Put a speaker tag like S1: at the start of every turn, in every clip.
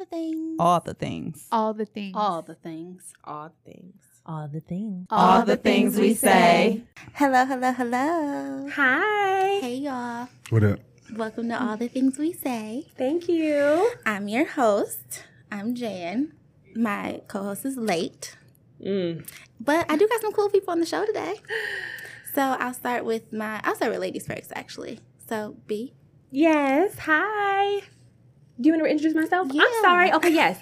S1: all the things.
S2: all the things.
S3: All the things.
S4: All things.
S5: All the things.
S1: All the things we say.
S6: Hello, hello, hello.
S4: Hi.
S6: Hey, y'all.
S7: What up?
S6: Welcome to All the Things We Say.
S4: Thank you.
S6: I'm your host. I'm Jan. My co host is late,
S4: Mm.
S6: but I do got some cool people on the show today. So I'll start with my, I'll start with ladies first, actually. So, B.
S4: Yes. Hi. Do you want to introduce myself?
S6: Yeah.
S4: I'm sorry. Okay, yes.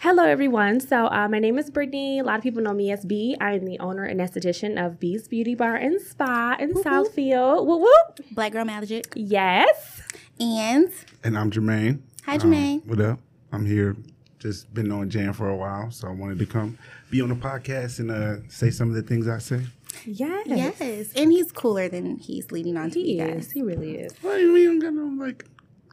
S4: Hello, everyone. So, uh, my name is Brittany. A lot of people know me as B. I am the owner and esthetician of B's Beauty Bar and Spa in Southfield. Woo woo.
S6: Black Girl Magic.
S4: Yes.
S6: And
S7: And I'm Jermaine.
S6: hi, Jermaine.
S7: Um, what up? I'm here. Just been on Jan for a while, so I wanted to come be on the podcast and uh, say some of the things I say.
S4: Yes.
S6: yes. And he's cooler than he's leading on to
S4: He
S6: you
S4: is.
S6: guys.
S4: He really is.
S7: Why you mean got no like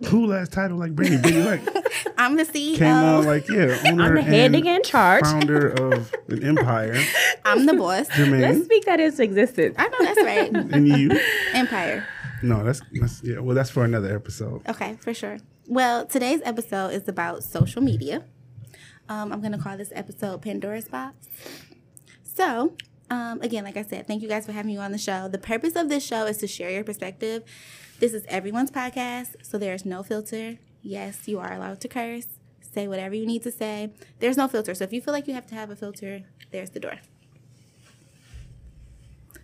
S7: cool ass title like Brittany? Brittany
S6: Oh.
S7: like
S6: I'm the E CEO.
S7: came on like yeah, owner
S5: I'm the head
S7: and
S5: nigga in charge.
S7: founder of an empire.
S6: I'm the boss.
S7: Jermaine,
S4: Let's speak that into existence.
S6: I know that's right.
S7: and you?
S6: Empire.
S7: No, that's, that's yeah. Well, that's for another episode.
S6: Okay, for sure. Well, today's episode is about social media. Um, I'm going to call this episode Pandora's Box. So, um, again, like I said, thank you guys for having me on the show. The purpose of this show is to share your perspective. This is everyone's podcast, so there's no filter. Yes, you are allowed to curse, say whatever you need to say. There's no filter. So, if you feel like you have to have a filter, there's the door.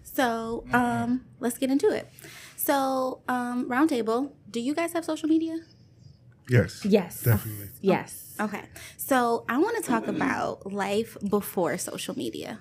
S6: So, um, let's get into it. So, um, roundtable, do you guys have social media?
S7: Yes.
S4: Yes.
S7: Definitely.
S4: Yes.
S6: Okay. So, I want to talk about life before social media.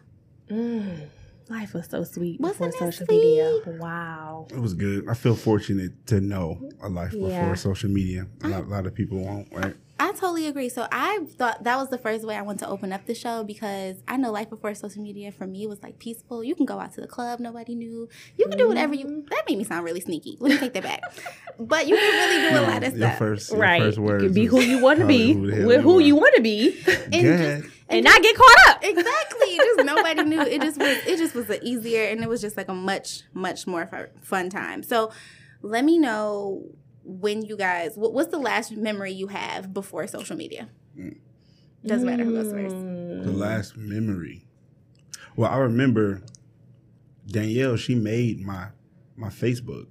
S4: Mm. Life was so sweet
S6: Wasn't
S4: before
S6: it
S4: social media. Wow.
S7: It was good. I feel fortunate to know a life before
S4: Yeah.
S7: social media. A lot, a lot of people won't, right?
S6: I totally agree. So, I thought that was the first way I wanted to open up the show because I know life before social media for me was like peaceful. You can go out to the club, nobody knew. You can do whatever you That made me sound really sneaky. Let me take that back. but you can really do a
S7: No,
S6: lot of
S7: your
S6: stuff.
S7: first, your
S4: Right.
S7: First
S4: You
S7: words
S4: can be who
S7: was
S4: you want to
S7: probably
S4: be
S7: the hell
S4: with who you
S7: are.
S4: want to be
S6: And
S7: Good.
S4: and not get caught up.
S6: exactly. Just nobody knew. It just was. It just was an easier, and it was just like a much much more fu- fun time. So, let me know when you guys. What, what's the last memory you have before social media? Doesn't matter who goes first.
S4: Mm.
S7: the last memory. Well, I remember Danielle. She made my my Facebook.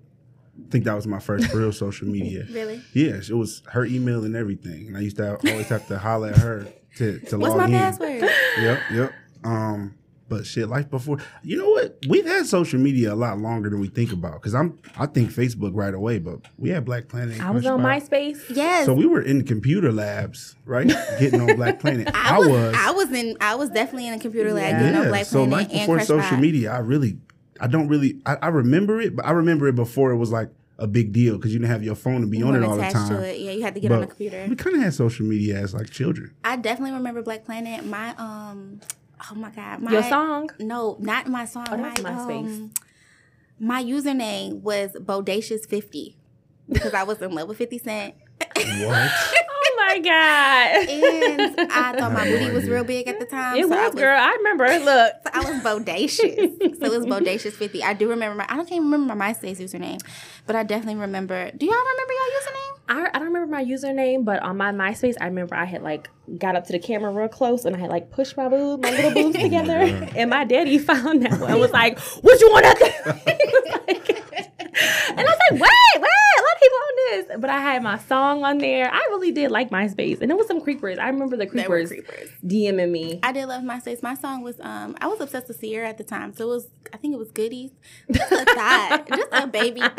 S7: I think that was my first real social media.
S6: Really?
S7: Yes, it was her email and everything, and I used to have- always have to holler at her to to
S6: What's
S7: log
S6: my
S7: in.
S6: password?
S7: Yep, yep. Um, but shit, life before. You know what? We've had social media a lot longer than we think about. Cause I'm, I think Facebook right away, but we had Black Planet. and
S4: I was on
S7: Crunchyroll.
S4: MySpace.
S6: Yes.
S7: So we were in computer labs, right? Getting on Black Planet.
S6: I was, I was in I was definitely in a computer lab
S4: Yeah.
S6: you know, Black
S7: so
S6: Planet
S7: life
S6: and
S7: before
S6: Crush
S7: social
S6: Pie.
S7: media, I really, I don't really, I, I remember it, but I remember it before it was like a big deal because you didn't have your phone to be
S6: You
S7: on it
S6: weren't
S7: all the
S6: attached
S7: time.
S6: To it. Yeah, you had to get on a
S7: But
S6: computer.
S7: we kind of had social media as like children.
S6: I definitely remember Black Planet. My um, oh my god, my
S4: Your song.
S6: No, not my song.
S4: Oh,
S6: my,
S4: that's MySpace.
S6: um, my username was Bodacious50 because I was in love with 50 Cent.
S7: What?
S4: Oh my god.
S6: And I thought my
S7: I have no
S6: booty was
S7: idea.
S6: real big at the time.
S4: It
S6: um, so I
S4: was, girl. I remember. Look.
S6: so I was bodacious. so it was bodacious50. I do remember my, I don't even remember my MySpace username, but I definitely remember. Do y'all remember y'all username?
S4: I, I don't remember my username, but on my MySpace, I remember I had like got up to the camera real close and I had like pushed my boob, my little boobs together,
S7: God.
S4: and my daddy found that one and was like, "What you want?" That He was like, and I was like, "Wait, wait, a lot of people on this." But I had my song on there. I really did like MySpace, and it was some creepers. I remember the
S6: They were
S4: creepers DMing me.
S6: I did love MySpace. My song was um I was obsessed with Sierra at the time, so it was I think it was goodies. Just a thought. Just a baby thought.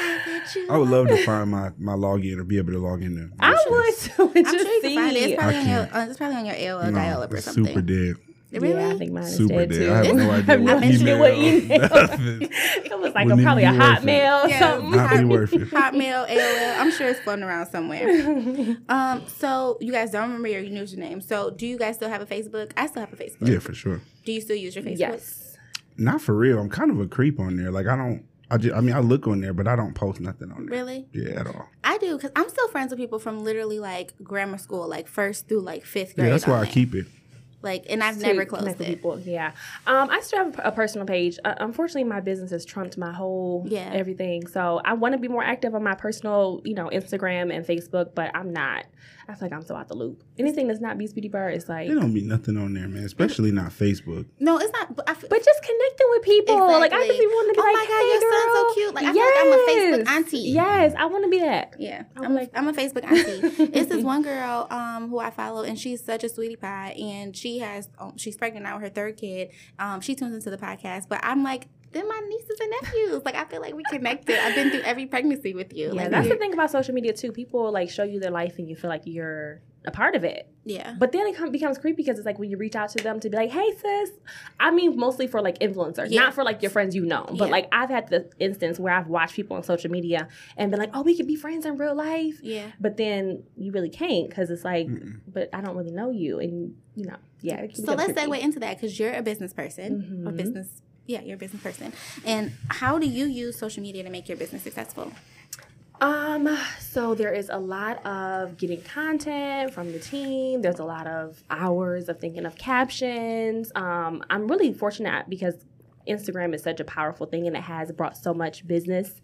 S6: I bet you
S7: I would love to find my my login or be able to log in there.
S4: I would too. and
S6: I'm
S4: just
S6: sure you
S4: see.
S6: can find it. It's probably, on
S7: I
S6: your, uh, it's probably on your AOL dial up or
S7: it's
S6: something.
S7: Super dead.
S6: Really?
S4: Yeah, I think mine is
S7: Super
S4: dead
S7: dead.
S4: too.
S7: I have no idea.
S4: I
S7: what
S4: mentioned it with
S7: email,
S4: email.
S7: nothing.
S4: it was like a,
S7: Wouldn't
S4: probably a
S7: even be worth it.
S4: Hotmail or
S6: Yeah.
S4: something.
S7: Not be worth it.
S6: Hotmail, AOL. I'm sure it's floating around somewhere. Um, so you guys don't remember your username. So do you guys still have a Facebook? I still have a Facebook.
S7: Yeah, for sure.
S6: Do you still use your Facebook?
S4: Yes.
S7: Not for real. I'm kind of a creep on there. Like I don't. I just. I mean, I look on there, but I don't post nothing on there.
S6: Really?
S7: Yeah, at all.
S6: I do because I'm still friends with people from literally like grammar school, like first through like fifth grade.
S7: Yeah, that's
S6: on
S7: why I
S6: it.
S7: keep it.
S6: Like, and I've
S4: to
S6: never
S4: connect
S6: closed
S4: with
S6: it.
S4: people. Yeah. Um, I still have a personal page. Uh, unfortunately, my business has trumped my whole
S6: Yeah.
S4: everything. So I want to be more active on my personal, you know, Instagram and Facebook, but I'm not. I feel like I'm so out the loop. Anything that's not Beast Beauty Bar is like.
S7: It don't be nothing on there, man. Especially not Facebook.
S6: No, it's not. But I f-
S4: But just connecting with people, like I
S6: Exactly.
S4: just be wanting to be
S6: Oh
S4: like,
S6: my God,
S4: "Hey,
S6: your son's so
S4: girl."
S6: cute. Like, I feel like I'm a Facebook
S4: Yes.
S6: auntie.
S4: Yes, I want to be that.
S6: Yeah,
S4: I'm
S6: I'm,
S4: like-
S6: a, I'm a Facebook auntie. it's this one girl um, who I follow, and she's such a sweetie pie. And she has um, she's pregnant now with her third kid. Um, she tunes into the podcast, but I'm like, then my nieces and nephews. Like I feel like we connected. I've been through every pregnancy with you.
S4: Yeah,
S6: like,
S4: that's the
S6: we're-
S4: thing about social media too. People like show you their life, and you feel like you're a part of it.
S6: Yeah,
S4: But then it com- becomes creepy because it's like when you reach out to them to be like, "Hey, sis," I mean, mostly for like influencers,
S6: Yeah.
S4: not for like your friends you know. But
S6: Yeah.
S4: like I've had the instance where I've watched people on social media and been like, "Oh, we could be friends in real life,"
S6: yeah.
S4: but then you really can't because it's like,
S7: Mm-mm.
S4: "But I don't really know you," and you know, yeah. it
S6: So
S4: becomes
S6: let's
S4: creepy.
S6: segue into that because you're a business person or
S4: Mhm.
S6: business. Yeah, you're a business person. And how do you use social media to make your business successful?
S4: Um, so there is a lot of getting content from the team. There's a lot of hours of thinking of captions. Um, I'm really fortunate because Instagram is such a powerful thing and it has brought so much business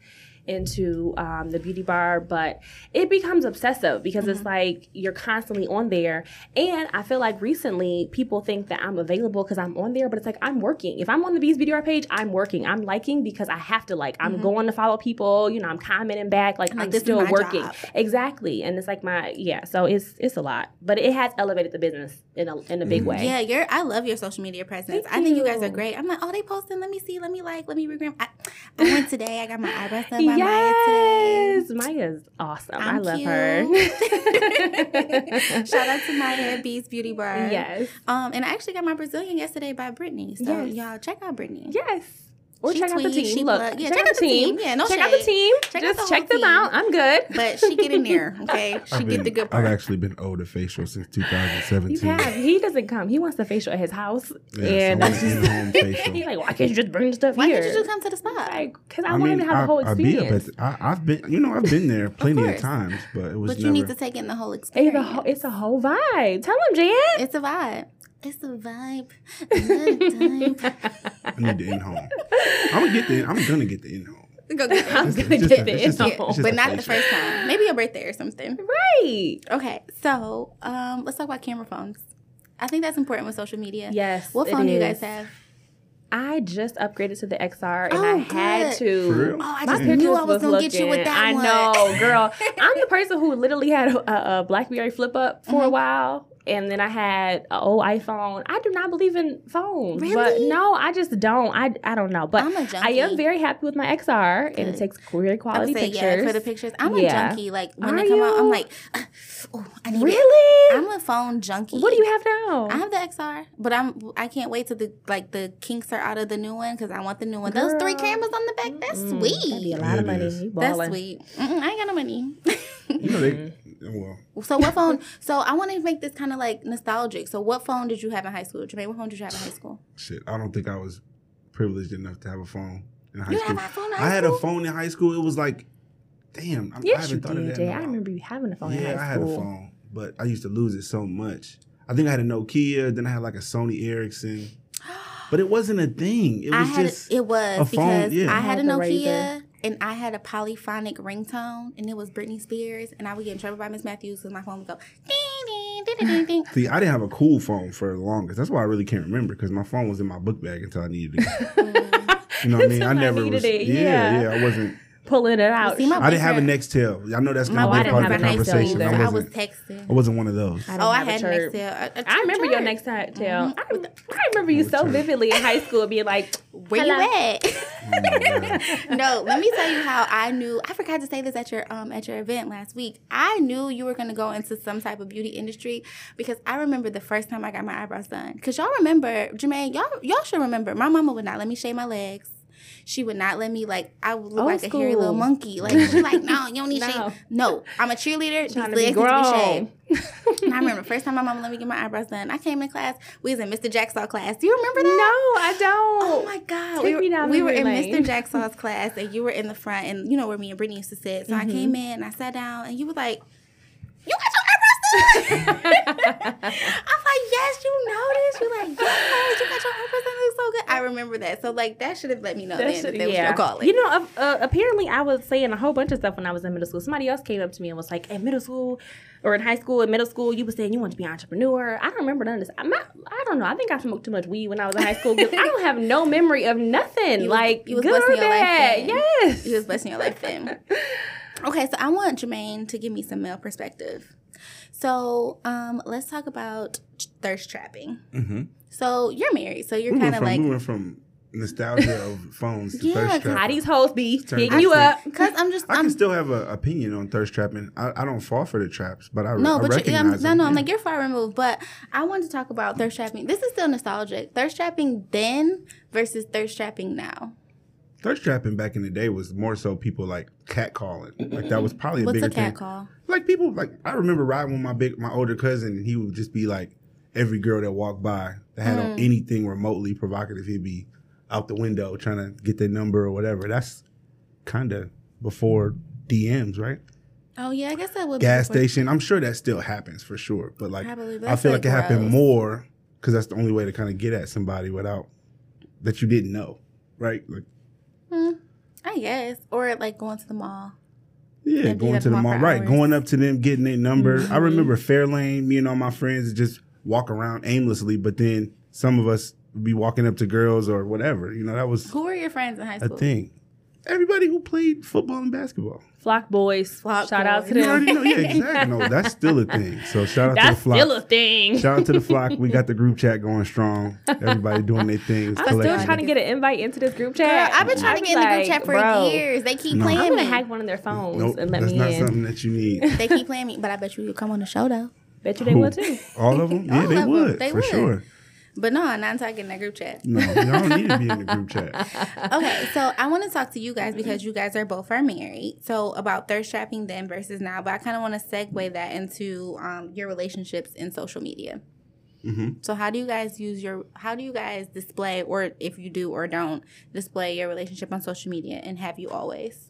S4: into um, the beauty bar, but it becomes obsessive because it's like you're constantly on there. And I feel like recently people think that I'm available because I'm on there, but it's like I'm working. If I'm on the Bees BDR page, I'm working. I'm liking because I have to like. I'm going to follow people. You know, I'm commenting back. Like,
S6: Like,
S4: I'm
S6: this is
S4: still
S6: my
S4: working.
S6: job.
S4: Exactly. And it's like my yeah. So it's it's a lot, but it has elevated the business in a in a big way.
S6: Yeah, you're. I love your social media presence.
S4: Thank
S6: I think you guys
S4: you.
S6: are great. I'm like, oh, they posting. Let me see. Let me like. Let me regram. I, I went today. I got my eyebrows done by Maya today.
S4: Yes, Maya's awesome. i
S6: I'm
S4: love
S6: cute.
S4: her.
S6: Shout out to Maya Beast Beauty Bar.
S4: Yes,
S6: Um, and I actually got my Brazilian yesterday by Brittany. So
S4: Yes.
S6: y'all check out Brittany.
S4: yes. Or
S6: She
S4: check out the
S6: tweets,
S4: team.
S6: she
S4: Look,
S6: plug- yeah,
S4: check, out the team.
S6: Yeah, no
S4: check out the
S6: shade.
S4: team.
S6: Check out
S4: Just
S6: the whole
S4: check them
S6: team.
S4: out. I'm good.
S6: But she get in there, okay? She
S7: I've
S6: get
S7: been-
S6: the good
S7: I've
S6: part.
S7: actually been owed a facial since
S4: You
S7: 2017.
S4: have. He doesn't come. He wants the facial at his house,
S7: Yes,
S4: and
S7: I
S4: that's
S7: want an in-home
S4: just.
S7: facial.
S4: He's like, why can't you just bring the stuff
S6: Why
S4: here?
S6: can't you just come to the spot?
S4: like, because I, want him to have the whole
S7: I, be
S4: experience.
S7: up at the- I, have been, you know, I've been there plenty of,
S6: course.
S7: times, but it was
S6: but
S7: never.
S6: you need to take in the whole
S4: Hey,
S6: experience.
S4: the whole, it's a whole vibe. Tell him, Jan.
S6: it's a vibe. It's a vibe. It's a vibe.
S7: I need the in-home. I'm gonna get the. I'm gonna get the in-home.
S6: Go get it.
S4: I'm
S7: It's
S4: gonna
S7: just
S4: get
S7: a-
S4: the
S7: it's just a-
S4: info.
S7: it's just
S6: but
S7: a
S6: not the
S7: facial.
S6: first time. Maybe your birthday or something.
S4: Right.
S6: Okay, so um, let's talk about camera phones. I think that's important with social media.
S4: Yes.
S6: What
S4: it
S6: phone do you guys
S4: is.
S6: have?
S4: I just upgraded to the XR and
S6: Oh,
S4: I had
S6: good.
S4: to.
S7: For real?
S6: Oh, I
S4: My
S6: just
S4: pictures
S6: knew I was
S4: gonna
S6: gonna get you with that
S4: I
S6: one.
S4: know, girl. I'm the person who literally had a, a BlackBerry flip up for a
S6: Mhm.
S4: while, and then I had an old iPhone. I do not believe in phones, but
S6: Really?
S4: no, I just don't. I, I don't know, but
S6: I'm a
S4: I
S6: junkie.
S4: am very happy with my XR, and
S6: Good.
S4: it takes great
S6: I
S4: quality
S6: would say
S4: pictures.
S6: yeah for the pictures. I'm a
S4: Yeah.
S6: junkie. Like when
S4: Are
S6: they come out, I'm
S4: you?
S6: like, oh, I need it.
S4: really?
S6: I'm a phone junkie.
S4: what do you have now?
S6: I have the XR, but I'm I can't wait till the like the kinks are out of the new one because I want the new one. Those three
S4: Girl.
S6: cameras on the back, that's
S4: Mm, That'd be a
S6: sweet.
S4: lot
S7: Yeah,
S4: of
S7: it
S4: money.
S7: is.
S4: You
S6: That's
S4: ballin'. Mm-hmm.
S6: sweet. Mm-mm, I ain't got no money.
S7: You know they.
S6: Mm-hmm.
S7: Well,
S6: so what phone? So I want to make this kind of like nostalgic. So what phone did you have in high school, Jermaine? What phone did you have in high school?
S7: shit. I don't think I was privileged enough to have a phone in high
S6: You
S7: school.
S6: had my phone. in
S7: I
S6: high
S7: had
S6: school?
S7: a phone in high school. It was like, damn. I'm, I
S4: Yes,
S7: haven't
S4: you
S7: thought of
S4: did,
S7: that. in
S4: Jay.
S7: a
S4: I
S7: while.
S4: remember you having a phone
S7: yeah,
S4: in
S7: I
S4: high
S7: had a
S4: school.
S7: phone, but I used to lose it so much. I think I had a Nokia. Then I had like a Sony Ericsson. But it wasn't a thing. It
S6: I
S7: was
S6: had
S7: just.
S6: it was
S7: a phone,
S6: because
S7: yeah.
S6: I had a
S4: Had the
S6: Nokia
S4: razor.
S6: and I had a polyphonic ringtone and it was Britney Spears and I would get in trouble by Miss Matthews because my phone would go ding ding ding ding ding.
S7: See, I didn't have a cool phone for the longest. That's why I really can't remember because my phone was in my book bag until I needed it. You know what I mean?
S4: Until
S7: I
S4: I
S7: never
S4: needed
S7: was.
S4: it,
S7: yeah,
S4: yeah.
S7: yeah, I wasn't.
S4: Pulling it out.
S6: see, my
S7: I didn't have a
S6: boyfriend-
S7: Nextel. I know that's
S6: My
S7: gonna
S4: I
S7: be a
S4: didn't
S7: part of the
S4: have a Nextel
S7: conversation.
S4: either.
S7: I
S6: I,
S7: wasn't. I,
S6: was
S7: was
S6: texting.
S7: not one of those.
S4: I don't
S6: oh, I
S4: have a
S6: had
S4: chirp.
S6: Nextel.
S4: I remember your
S6: next
S4: next time tell.
S6: Mm-hmm.
S4: I, rem- I remember you so
S7: Church.
S4: vividly in high school being like,
S6: Where
S4: Hello.
S6: you
S7: Oh
S6: at? no, let me tell you how I knew. I forgot to say this at your um at your event last week. I knew you were gonna go into some type of beauty industry because I remember the first time I got my eyebrows done. Cause y'all remember, Jermaine, y'all y'all should remember. My mama would not let me shave my legs. She would not let me like I would look
S4: Old
S6: like a hairy little
S4: school.
S6: monkey. Like she's like, no, you don't need to
S4: No.
S6: shave. No, I'm a cheerleader. These
S4: trying to
S6: legs
S4: be
S6: need to be shaved.
S4: grown.
S6: And I remember the first time my mama let me get my eyebrows done. I came in class. We was in Mr. Jacksaw class. Do you remember
S4: No,
S6: that?
S4: I don't.
S6: Oh my God.
S4: Take
S6: We were,
S4: me down
S6: we were
S4: memory
S6: in Mr.
S4: lane.
S6: Jacksaw's class and you were in the front
S4: Mm-hmm.
S6: and you know where me and Brittany used to sit. So I came in and I sat down and you were like, You got your eyebrows I'm like, yes, you know this. You're like, yes, you got your hair person looks so good. I remember that. So like that should have let me know
S4: That
S6: then
S4: should-
S6: that they were still calling.
S4: You know, uh, uh, apparently I was saying a whole bunch of stuff when I was in middle school. Somebody else came up to me and was like, in middle school or in high school, in middle school, you were saying you wanted to be an entrepreneur. I don't remember none of this. I'm not, I don't know. I think I smoked too much weed when I was in high school because I don't have no memory of nothing.
S6: You was-
S4: like,
S6: you was
S4: good or
S6: blessing your life
S4: bad.
S6: then.
S4: Yes.
S6: you was blessing your life then. Okay, so I want Jermaine to give me some male perspective. So um, let's talk about thirst trapping.
S7: Mm-hmm.
S6: So you're married, so you're
S7: We
S6: kind
S7: went
S6: of
S7: from
S6: like
S7: we went from nostalgia of phones to
S6: Yeah,
S7: thirst trapping.
S4: How these hoes be
S7: Turn
S4: hitting you up.
S7: different.
S6: because I'm just
S7: I
S6: I'm
S7: can still have an opinion on thirst trapping. I, I don't fall for the traps, but I
S6: no,
S7: I
S6: but you,
S7: recognize
S6: I'm, no,
S7: them.
S6: no, I'm like you're far removed. But I wanted to talk about thirst trapping. This is still nostalgic. Thirst trapping then versus thirst trapping now.
S7: thirst trapping back in the day was more so people like catcalling. Like that was probably a
S6: What's
S7: bigger
S6: a cat
S7: thing.
S6: call?
S7: Like people like I remember riding with my big my older cousin, and he would just be like every girl that walked by that had
S6: Hmm.
S7: on anything remotely provocative, he'd be out the window trying to get their number or whatever. That's kind of before DMs, right?
S6: Oh yeah, I guess that would
S7: gas
S6: be before-
S7: station. I'm sure that still happens for sure, but like
S6: Probably, but
S7: I feel
S6: that's,
S7: like,
S6: like,
S7: it happened
S6: gross.
S7: more because that's the only way to kind of get at somebody without that you didn't know, right? Like
S6: Hmm, I guess, or like going to the mall.
S7: yeah,
S6: Yeah, do
S7: going
S6: that
S7: to the
S6: for
S7: mall,
S6: for
S7: right?
S6: hours. Mm-hmm.
S7: Going up to them, getting their number. I remember Fairlane. Me and all my friends would just walk around aimlessly, but then some of us would be walking up to girls or whatever. You know, that was
S6: Who were your friends in high
S7: a
S6: school?
S7: thing. Everybody who played football and basketball.
S4: Flock boys.
S6: Flock
S4: Shout out to
S6: boys.
S7: You
S4: them.
S7: already know, yeah, exactly. No, that's still a thing. So shout out to
S4: That's
S7: the flock.
S4: still a thing.
S7: Shout out to the flock. We got the group chat going strong. Everybody doing their things.
S4: I'm still
S7: collectively.
S4: trying to get an invite into this group
S6: Girl,
S4: chat.
S6: I've been trying to
S4: was
S6: get in the group
S4: like,
S6: chat for
S4: bro,
S6: years. They keep
S7: No.
S6: playing
S4: I'm gonna
S6: me.
S4: hack one of their phones
S7: Nope,
S4: and let
S7: that's
S4: me
S7: not
S4: in.
S7: something that you need.
S6: they keep playing me, but I bet you you come on the show though.
S4: Bet you they
S7: Who?
S4: will too.
S7: All of them? Yeah,
S6: All
S7: they
S6: of 'em.
S7: would.
S6: They
S7: for
S6: would.
S7: sure.
S6: But no, not until I get in that group chat.
S7: No, y'all don't need to be in the group chat.
S6: Okay, so I want to talk to you guys because you guys are both are married. So about thirst trapping then versus now, but I kind of want to segue that into um, your relationships in social media.
S7: hmm
S6: So how do you guys use your? How do you guys display, or if you do or don't display your relationship on social media, and have you always?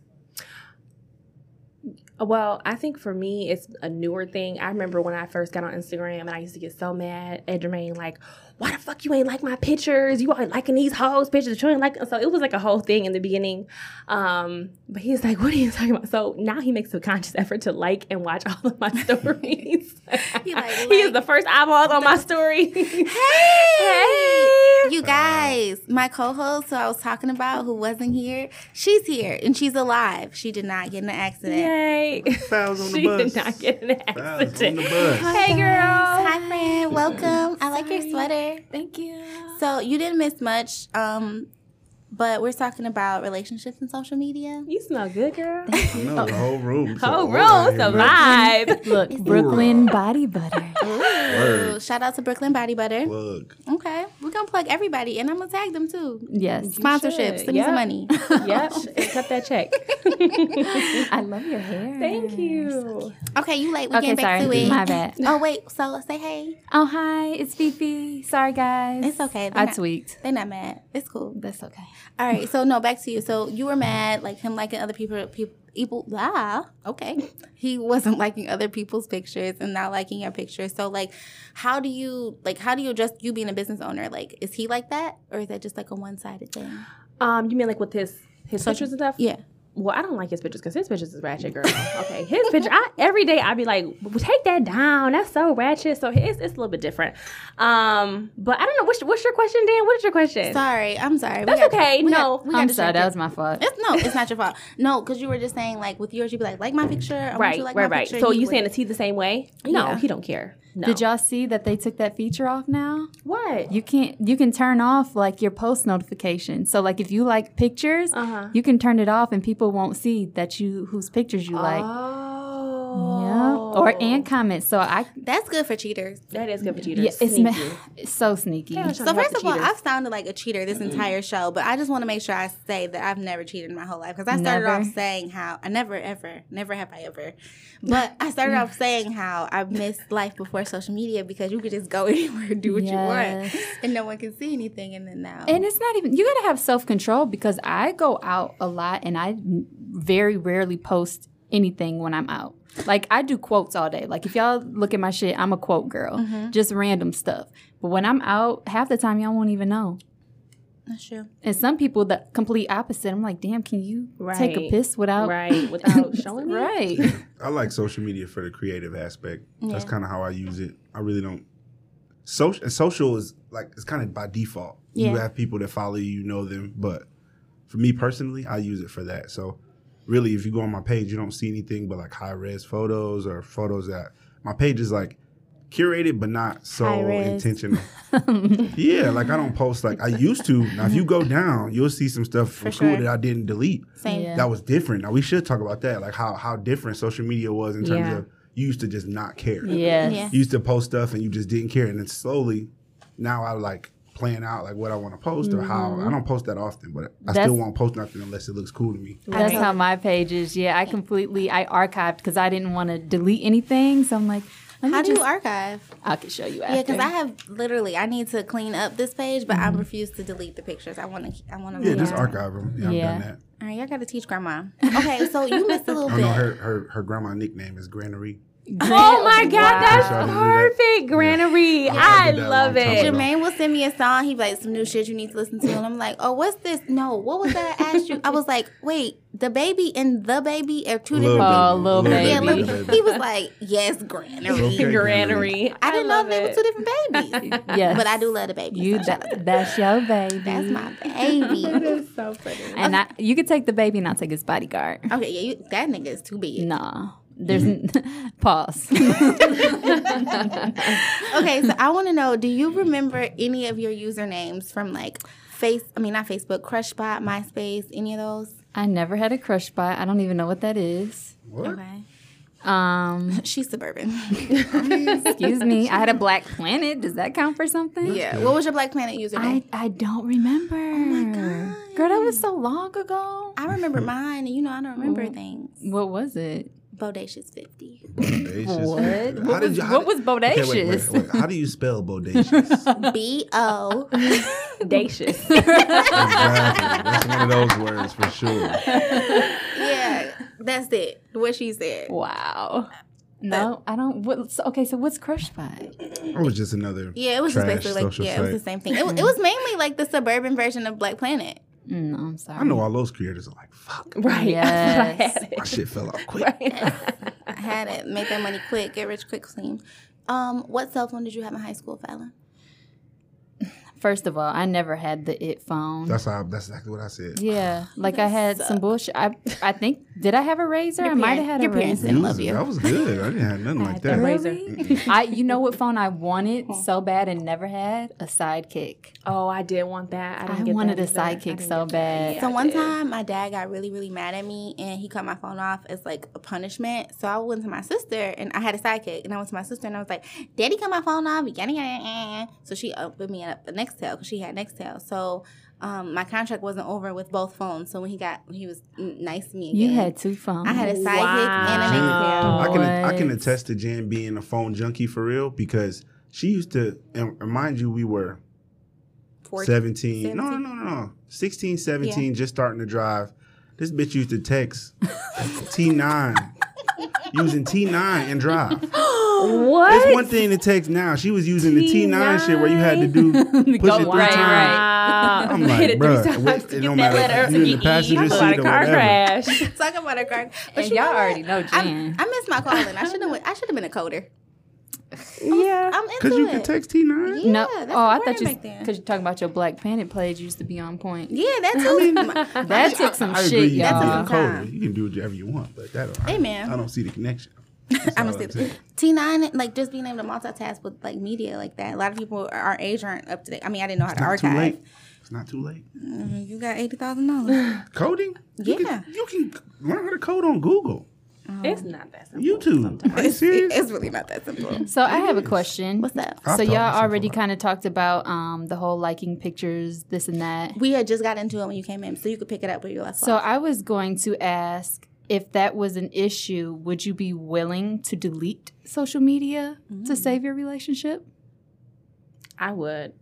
S4: Well, I think for me, it's a newer thing. I remember when I first got on Instagram and I used to get so mad at Jermaine, like, why the fuck you ain't like my pictures? You always liking these hoes' pictures. You ain't like. So it was like a whole thing in the beginning. Um, but he's like, what are you talking about? So now he makes a conscious effort to like and watch all of my stories. he,
S6: like,
S4: is
S6: like-
S4: the first eyeball on my story. hey!
S6: You guys, my co-host who I was talking about who wasn't here, she's here and she's alive. She did not get in an accident.
S4: Yay!
S7: Fouls on the
S4: She
S7: bus.
S4: did not get in an
S7: Fouls on the
S4: accident.
S7: bus.
S4: Hey, girl.
S6: Hi, friend. Welcome. I like your sweater.
S4: Thank you.
S6: So you didn't miss much, um, but we're talking about relationships and social media.
S4: You smell good, girl.
S7: No, the whole room.
S4: Oh, roll, it's a vibe.
S1: Look, Brooklyn Mm, body butter.
S4: Oh,
S6: Ooh, shout out to Brooklyn Body Butter.
S7: Plug.
S6: Okay, we're gonna plug everybody, and I'm gonna tag them too.
S1: Yes.
S6: Sponsorships, send me
S4: Yep.
S6: some money.
S4: yep, and cut that check.
S1: I love your hair.
S4: Thank you.
S6: okay, you late? We
S1: Okay,
S6: getting back
S1: sorry.
S6: to it.
S1: My bad.
S6: Oh wait, so say hey.
S1: Oh, hi. It's Fifi. Sorry, guys.
S6: It's okay. They're
S1: I
S6: not-
S1: tweaked.
S6: They not mad. It's cool.
S1: That's okay.
S6: All right, so no, back to you. So you were mad, like him liking other people. People, people blah. Okay, he wasn't liking other people's pictures and not liking your pictures. So like, how do you like? How do you address you being a business owner? Like, is he like that, or is that just like a one sided thing?
S4: Um, you mean like with his his pictures and stuff?
S6: Yeah.
S4: Well, I don't like his pictures because his pictures is ratchet, girl. Okay, his picture. I, every day I be like, "W- take that down. That's so ratchet. So his it's a little bit different. Um, but I don't know. What's what's your question, Dan? What is your question?
S6: Sorry, I'm sorry. We
S4: That's
S6: got-
S4: okay.
S6: we got-
S4: No,
S6: we got
S1: I'm sorry.
S6: distracted.
S1: That was my fault.
S6: It's no, it's not your fault. No, because you were just saying like with yours, you'd be like, like my picture, I want you
S4: right,
S6: to like
S4: right,
S6: my
S4: right.
S6: picture.
S4: So
S6: He
S4: you
S6: would-
S4: saying is he the same way? No,
S1: Yeah.
S4: he don't care. No.
S1: Did y'all see that they took that feature off now?
S4: what?
S1: You can't. You can turn off like your post notification. So like if you like pictures,
S4: Uh-huh.
S1: you can turn it off, and people won't see that you whose pictures you like.
S4: oh,
S1: Yeah. Or and comments. So I.
S6: that's good for cheaters?
S4: that is good for cheaters.
S1: Yeah, it's,
S4: Sneaky.
S1: ma- it's so sneaky.
S4: Yeah, it's
S6: So
S4: Talking about
S6: first
S4: the
S6: of all,
S4: cheaters.
S6: I've sounded like a cheater this entire show, but I just want to make sure I say that I've never cheated in my whole life because I started
S1: Never.
S6: off saying how I never ever, never have I ever, but I started off saying how I missed life before social media because you could just go anywhere, do what you
S1: Yes.
S6: want, and no one can see anything, and then now.
S1: And it's not even, you got to have self control because I go out a lot and I very rarely post anything when I'm out. Like I do quotes all day. Like if y'all look at my shit, I'm a quote girl.
S6: Mm-hmm.
S1: Just random stuff. But when I'm out, half the time y'all won't even know.
S6: That's true.
S1: And some people the complete opposite. I'm like, damn, can you take a
S4: Right.
S1: piss without
S4: right without showing me.
S1: Right.
S7: I like social media for the creative aspect. That's
S6: Yeah.
S7: kind of how I use it. I really don't. Social and social is like it's kind of by default. You
S1: Yeah.
S7: have people that follow you, you know them, but for me personally, I use it for that. So really, if you go on my page, you don't see anything but like high res photos or photos that my page is like curated, but not
S6: High
S7: so
S6: res.
S7: intentional. yeah, like I don't post like I used to. Now, if you go down, you'll see some stuff from school
S6: sure.
S7: that I didn't delete
S6: Same.
S1: Yeah.
S7: that was different. Now we should talk about that, like how how different social media was in terms
S4: Yeah.
S7: of you used to just not care.
S1: Yes.
S6: Yeah.
S7: You used to post stuff and you just didn't care, and then slowly, now I like plan out like what I want to post or how. I don't post that often, but I
S1: Mm-hmm. That's-
S7: still won't post nothing unless it looks cool to me.
S1: That's
S6: Right.
S1: how my page is. Yeah, I completely I archived because I didn't want to delete anything. So I'm like, let me
S6: How do
S1: just,
S6: you archive?
S1: I could show you after.
S6: Yeah, because I have literally I need to clean up this page, but I refuse to delete the pictures. I want to. I want to.
S7: Yeah, just archive them. Yeah,
S1: Yeah.
S7: I've done that.
S6: All right, y'all got to teach grandma. Okay, so you missed a little
S7: Oh no,
S6: bit.
S7: her her her grandma nickname is Granary.
S4: Oh my God, that's
S7: Wish I didn't do that.
S4: perfect, Granary.
S7: Yeah, I
S4: I,
S7: did that a
S4: love
S7: long time
S1: Oh,
S4: it.
S7: ago.
S6: Jermaine will send me a song. He be like some new shit you need to listen to, and I'm like, oh, what's this? No, what was that? I asked you. I was like, wait, the baby and the baby are two
S7: Lil
S6: different.
S1: Oh, Lil
S7: Lil
S6: Yeah,
S1: Baby.
S6: look, he was like, yes, granny.
S7: Okay.
S4: Granary.
S6: I didn't know
S4: love
S6: they were
S4: it.
S6: two different babies.
S1: Yes.
S6: But I do love the baby.
S1: You
S6: so shout out to-
S1: that, that's your baby.
S6: that's my baby.
S4: It's so pretty.
S1: and I, you could take the baby and I'll take his bodyguard.
S6: Okay, yeah, you, that nigga is too big.
S1: Nah. There's
S7: Mm-hmm.
S1: n- pause.
S6: Okay, so I want to know: Do you remember any of your usernames from like face? I mean, not Facebook, Crushbot, MySpace, any of those?
S1: I never had a crush spot. I don't even know what that is.
S7: What?
S6: Okay,
S1: Um,
S6: she's suburban.
S1: excuse me. I had a black planet. Does that count for something?
S6: yeah. What was your Black Planet username?
S1: I, I don't remember. Oh my
S6: God.
S1: Girl, that was so long ago.
S6: I, remember mine, and you know I don't remember things.
S1: What was it?
S6: Bodacious fifty.
S7: Bodacious.
S1: What?
S7: How
S1: What
S7: did
S1: was-
S7: you- how
S1: what was
S7: did- Okay, wait, wait,
S1: bodacious?
S7: wait. How do you spell bodacious?
S6: B O.
S4: Dacious.
S7: exactly. That's one of those words for sure.
S6: Yeah, that's it. What she said.
S1: Wow. No, I don't. What, so, okay, so what's crush by?
S7: It was just another.
S6: Yeah, it was just
S7: trash
S6: basically like
S7: social
S6: yeah, it was
S7: site.
S6: the same thing. It, wa- it was mainly like the suburban version of Black Planet.
S1: Mm, No, I'm sorry.
S7: I know all those creators are like, fuck,
S4: right.
S1: Yes.
S4: That's what
S7: my shit fell off quick.
S4: I had it.
S6: I had it. Make that money quick. Get rich quick. Clean. Um, what cell phone did you have in high school, Fallon?
S1: First of all, I never had the it phone.
S7: That's how. That's exactly what I said.
S1: yeah, like I had some bullshit. I I think did I have a razor? I might have
S6: parent-
S1: had
S6: your
S1: a
S6: parents
S1: razor.
S6: didn't love
S7: Jesus,
S6: you.
S7: That was good. I didn't have nothing like that.
S1: Really? I you know what phone I wanted so bad and never had a sidekick.
S4: Oh, I did want that. I,
S1: I,
S4: didn't get
S1: wanted
S4: that
S1: a
S4: either. I
S1: sidekick
S4: didn't
S1: so
S4: get that.
S1: bad.
S4: Yeah,
S6: So
S4: I
S6: one
S4: did.
S6: time, my dad got really, really mad at me, and he cut my phone off as like a punishment. So I went to my sister, and I had a sidekick, and I went to my sister, and I was like, "Daddy cut my phone off." Yada yada. yada. So she opened me up a Nextel because she had Nextel. So um, my contract wasn't over with both phones. So when he got, when he was mm, nice to me. Again,
S1: You had two phones.
S6: I had a sidekick
S7: Jen,
S6: and a Nextel.
S7: I can I
S1: What?
S7: can attest to Jen being a phone junkie for real because she used to. And mind you, we were
S6: Four-
S7: 17. No, no,
S6: 17.
S7: no, no, no. 16, 17, just starting to drive. This bitch used to text T9 using T9 and drive. It's
S4: What?
S7: one thing to text now. She was using the T9 shit where you had to do push it three
S1: Go right,
S7: times.
S1: right.
S4: Wow.
S7: I'm like,
S4: Hit it three
S7: bruh,
S4: times
S7: wait,
S4: to
S7: it
S4: get
S7: don't
S4: that
S7: matter.
S4: letter.
S7: You in the
S4: Get-
S7: passenger
S4: Talk about
S7: seat or
S4: a car
S7: whatever.
S4: crash.
S6: Talk about a crack. But
S1: And
S6: you
S1: y'all
S6: know what?
S1: already know
S6: I,
S1: Jen.
S6: I missed my calling. I should have went. I should have been a coder.
S4: yeah.
S6: I'm into
S7: Because you
S6: it.
S7: can text T9.
S6: Yeah,
S1: no,
S6: that's
S1: oh, I
S6: important
S1: thought you
S6: back then.
S1: because you're talking about your Black Planet plays used to be on point.
S6: Yeah, that's too. my-
S1: That took some
S7: I agree.
S1: shit,
S7: You can be
S1: y'all.
S7: a
S6: That's
S7: coder. You can do whatever you want, but that don't, I,
S6: Amen.
S7: I don't see the connection.
S6: I
S7: all
S6: don't
S7: I'm
S6: see
S7: saying.
S6: T nine like just being able to multitask with like media like that. A lot of people our age aren't up to date. I mean, I didn't know how to
S7: Not too
S6: archive. Mm,
S7: late. It's not too late.
S6: You got eighty thousand dollars.
S7: Coding? You
S6: Yeah.
S7: can, you can learn how to code on Google,
S4: It's not that simple.
S7: YouTube. Are you serious?
S6: it's really not that simple.
S1: So I have a question.
S6: What's up?
S7: I've
S1: so
S7: taught
S1: y'all
S7: myself
S1: already
S7: a lot.
S1: kind of talked about um, the whole liking pictures, this and that.
S6: We had just got into it when you came in, so you could pick it up where you left
S1: So
S6: off.
S1: I was going to ask if that was an issue, would you be willing to delete social media to
S7: Mm.
S1: save your relationship?
S4: I would.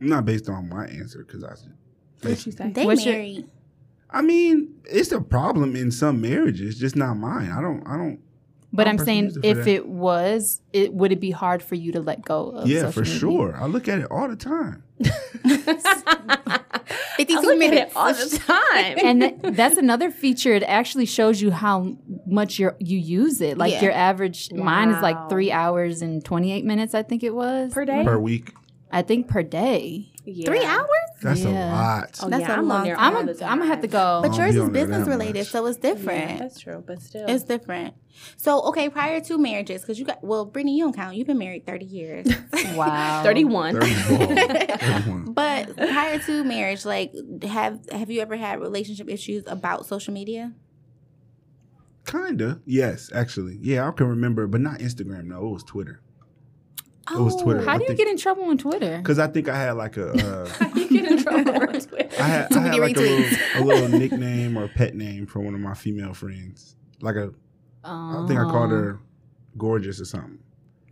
S7: Not based on my answer, because I,
S4: What'd you say?
S6: They
S1: What's your-
S6: married.
S7: I mean, it's a problem in some marriages, just not mine. I don't. I don't.
S1: But
S7: I'm
S1: I'm saying
S7: personally
S1: if
S7: for that.
S1: it was, it would it be hard for you to let go of
S7: yeah,
S1: social
S7: for
S1: media?
S7: sure. I look at it all the time.
S4: I
S6: 52
S4: look at it
S6: minutes.
S4: all the time.
S1: and th- that's another feature. It actually shows you how much you you use it. Like
S6: Yeah.
S1: your average, mine is
S4: Wow.
S1: like three hours and twenty eight minutes. I think it was
S4: per day.
S7: Per week,
S1: I think per day.
S4: Yeah.
S6: Three hours?
S7: that's
S1: Yeah.
S7: a
S4: Oh,
S7: lot.
S6: That's
S4: yeah,
S6: a
S4: I'm
S6: long
S4: on there
S1: I'm
S4: all
S1: a,
S4: the
S1: I'm gonna have to
S4: time.
S1: go.
S6: But
S7: Oh,
S6: yours is
S7: we don't know that
S6: business related,
S7: much.
S6: so it's
S4: Yeah,
S6: different.
S4: that's true, but still,
S6: It's different. So okay, prior to marriages, because you got well, Brittany, you don't count. You've been married thirty years,
S1: wow,
S4: thirty-one.
S7: 31. 31.
S6: but prior to marriage, like have have you ever had relationship issues about social media?
S7: Kinda. Yes, actually. Yeah, I can remember, but not Instagram. No, it was Twitter. It was Twitter.
S6: Oh.
S1: How
S7: I
S1: do you
S7: think-
S1: get in trouble on Twitter?
S7: Because I think I had like a. Uh,
S4: you get in trouble for Twitter.
S7: I had,
S6: Too
S7: I had
S6: many
S7: like a little,
S6: retweets.
S7: a little nickname or pet name for one of my female friends. Like a, I think I called her gorgeous or something.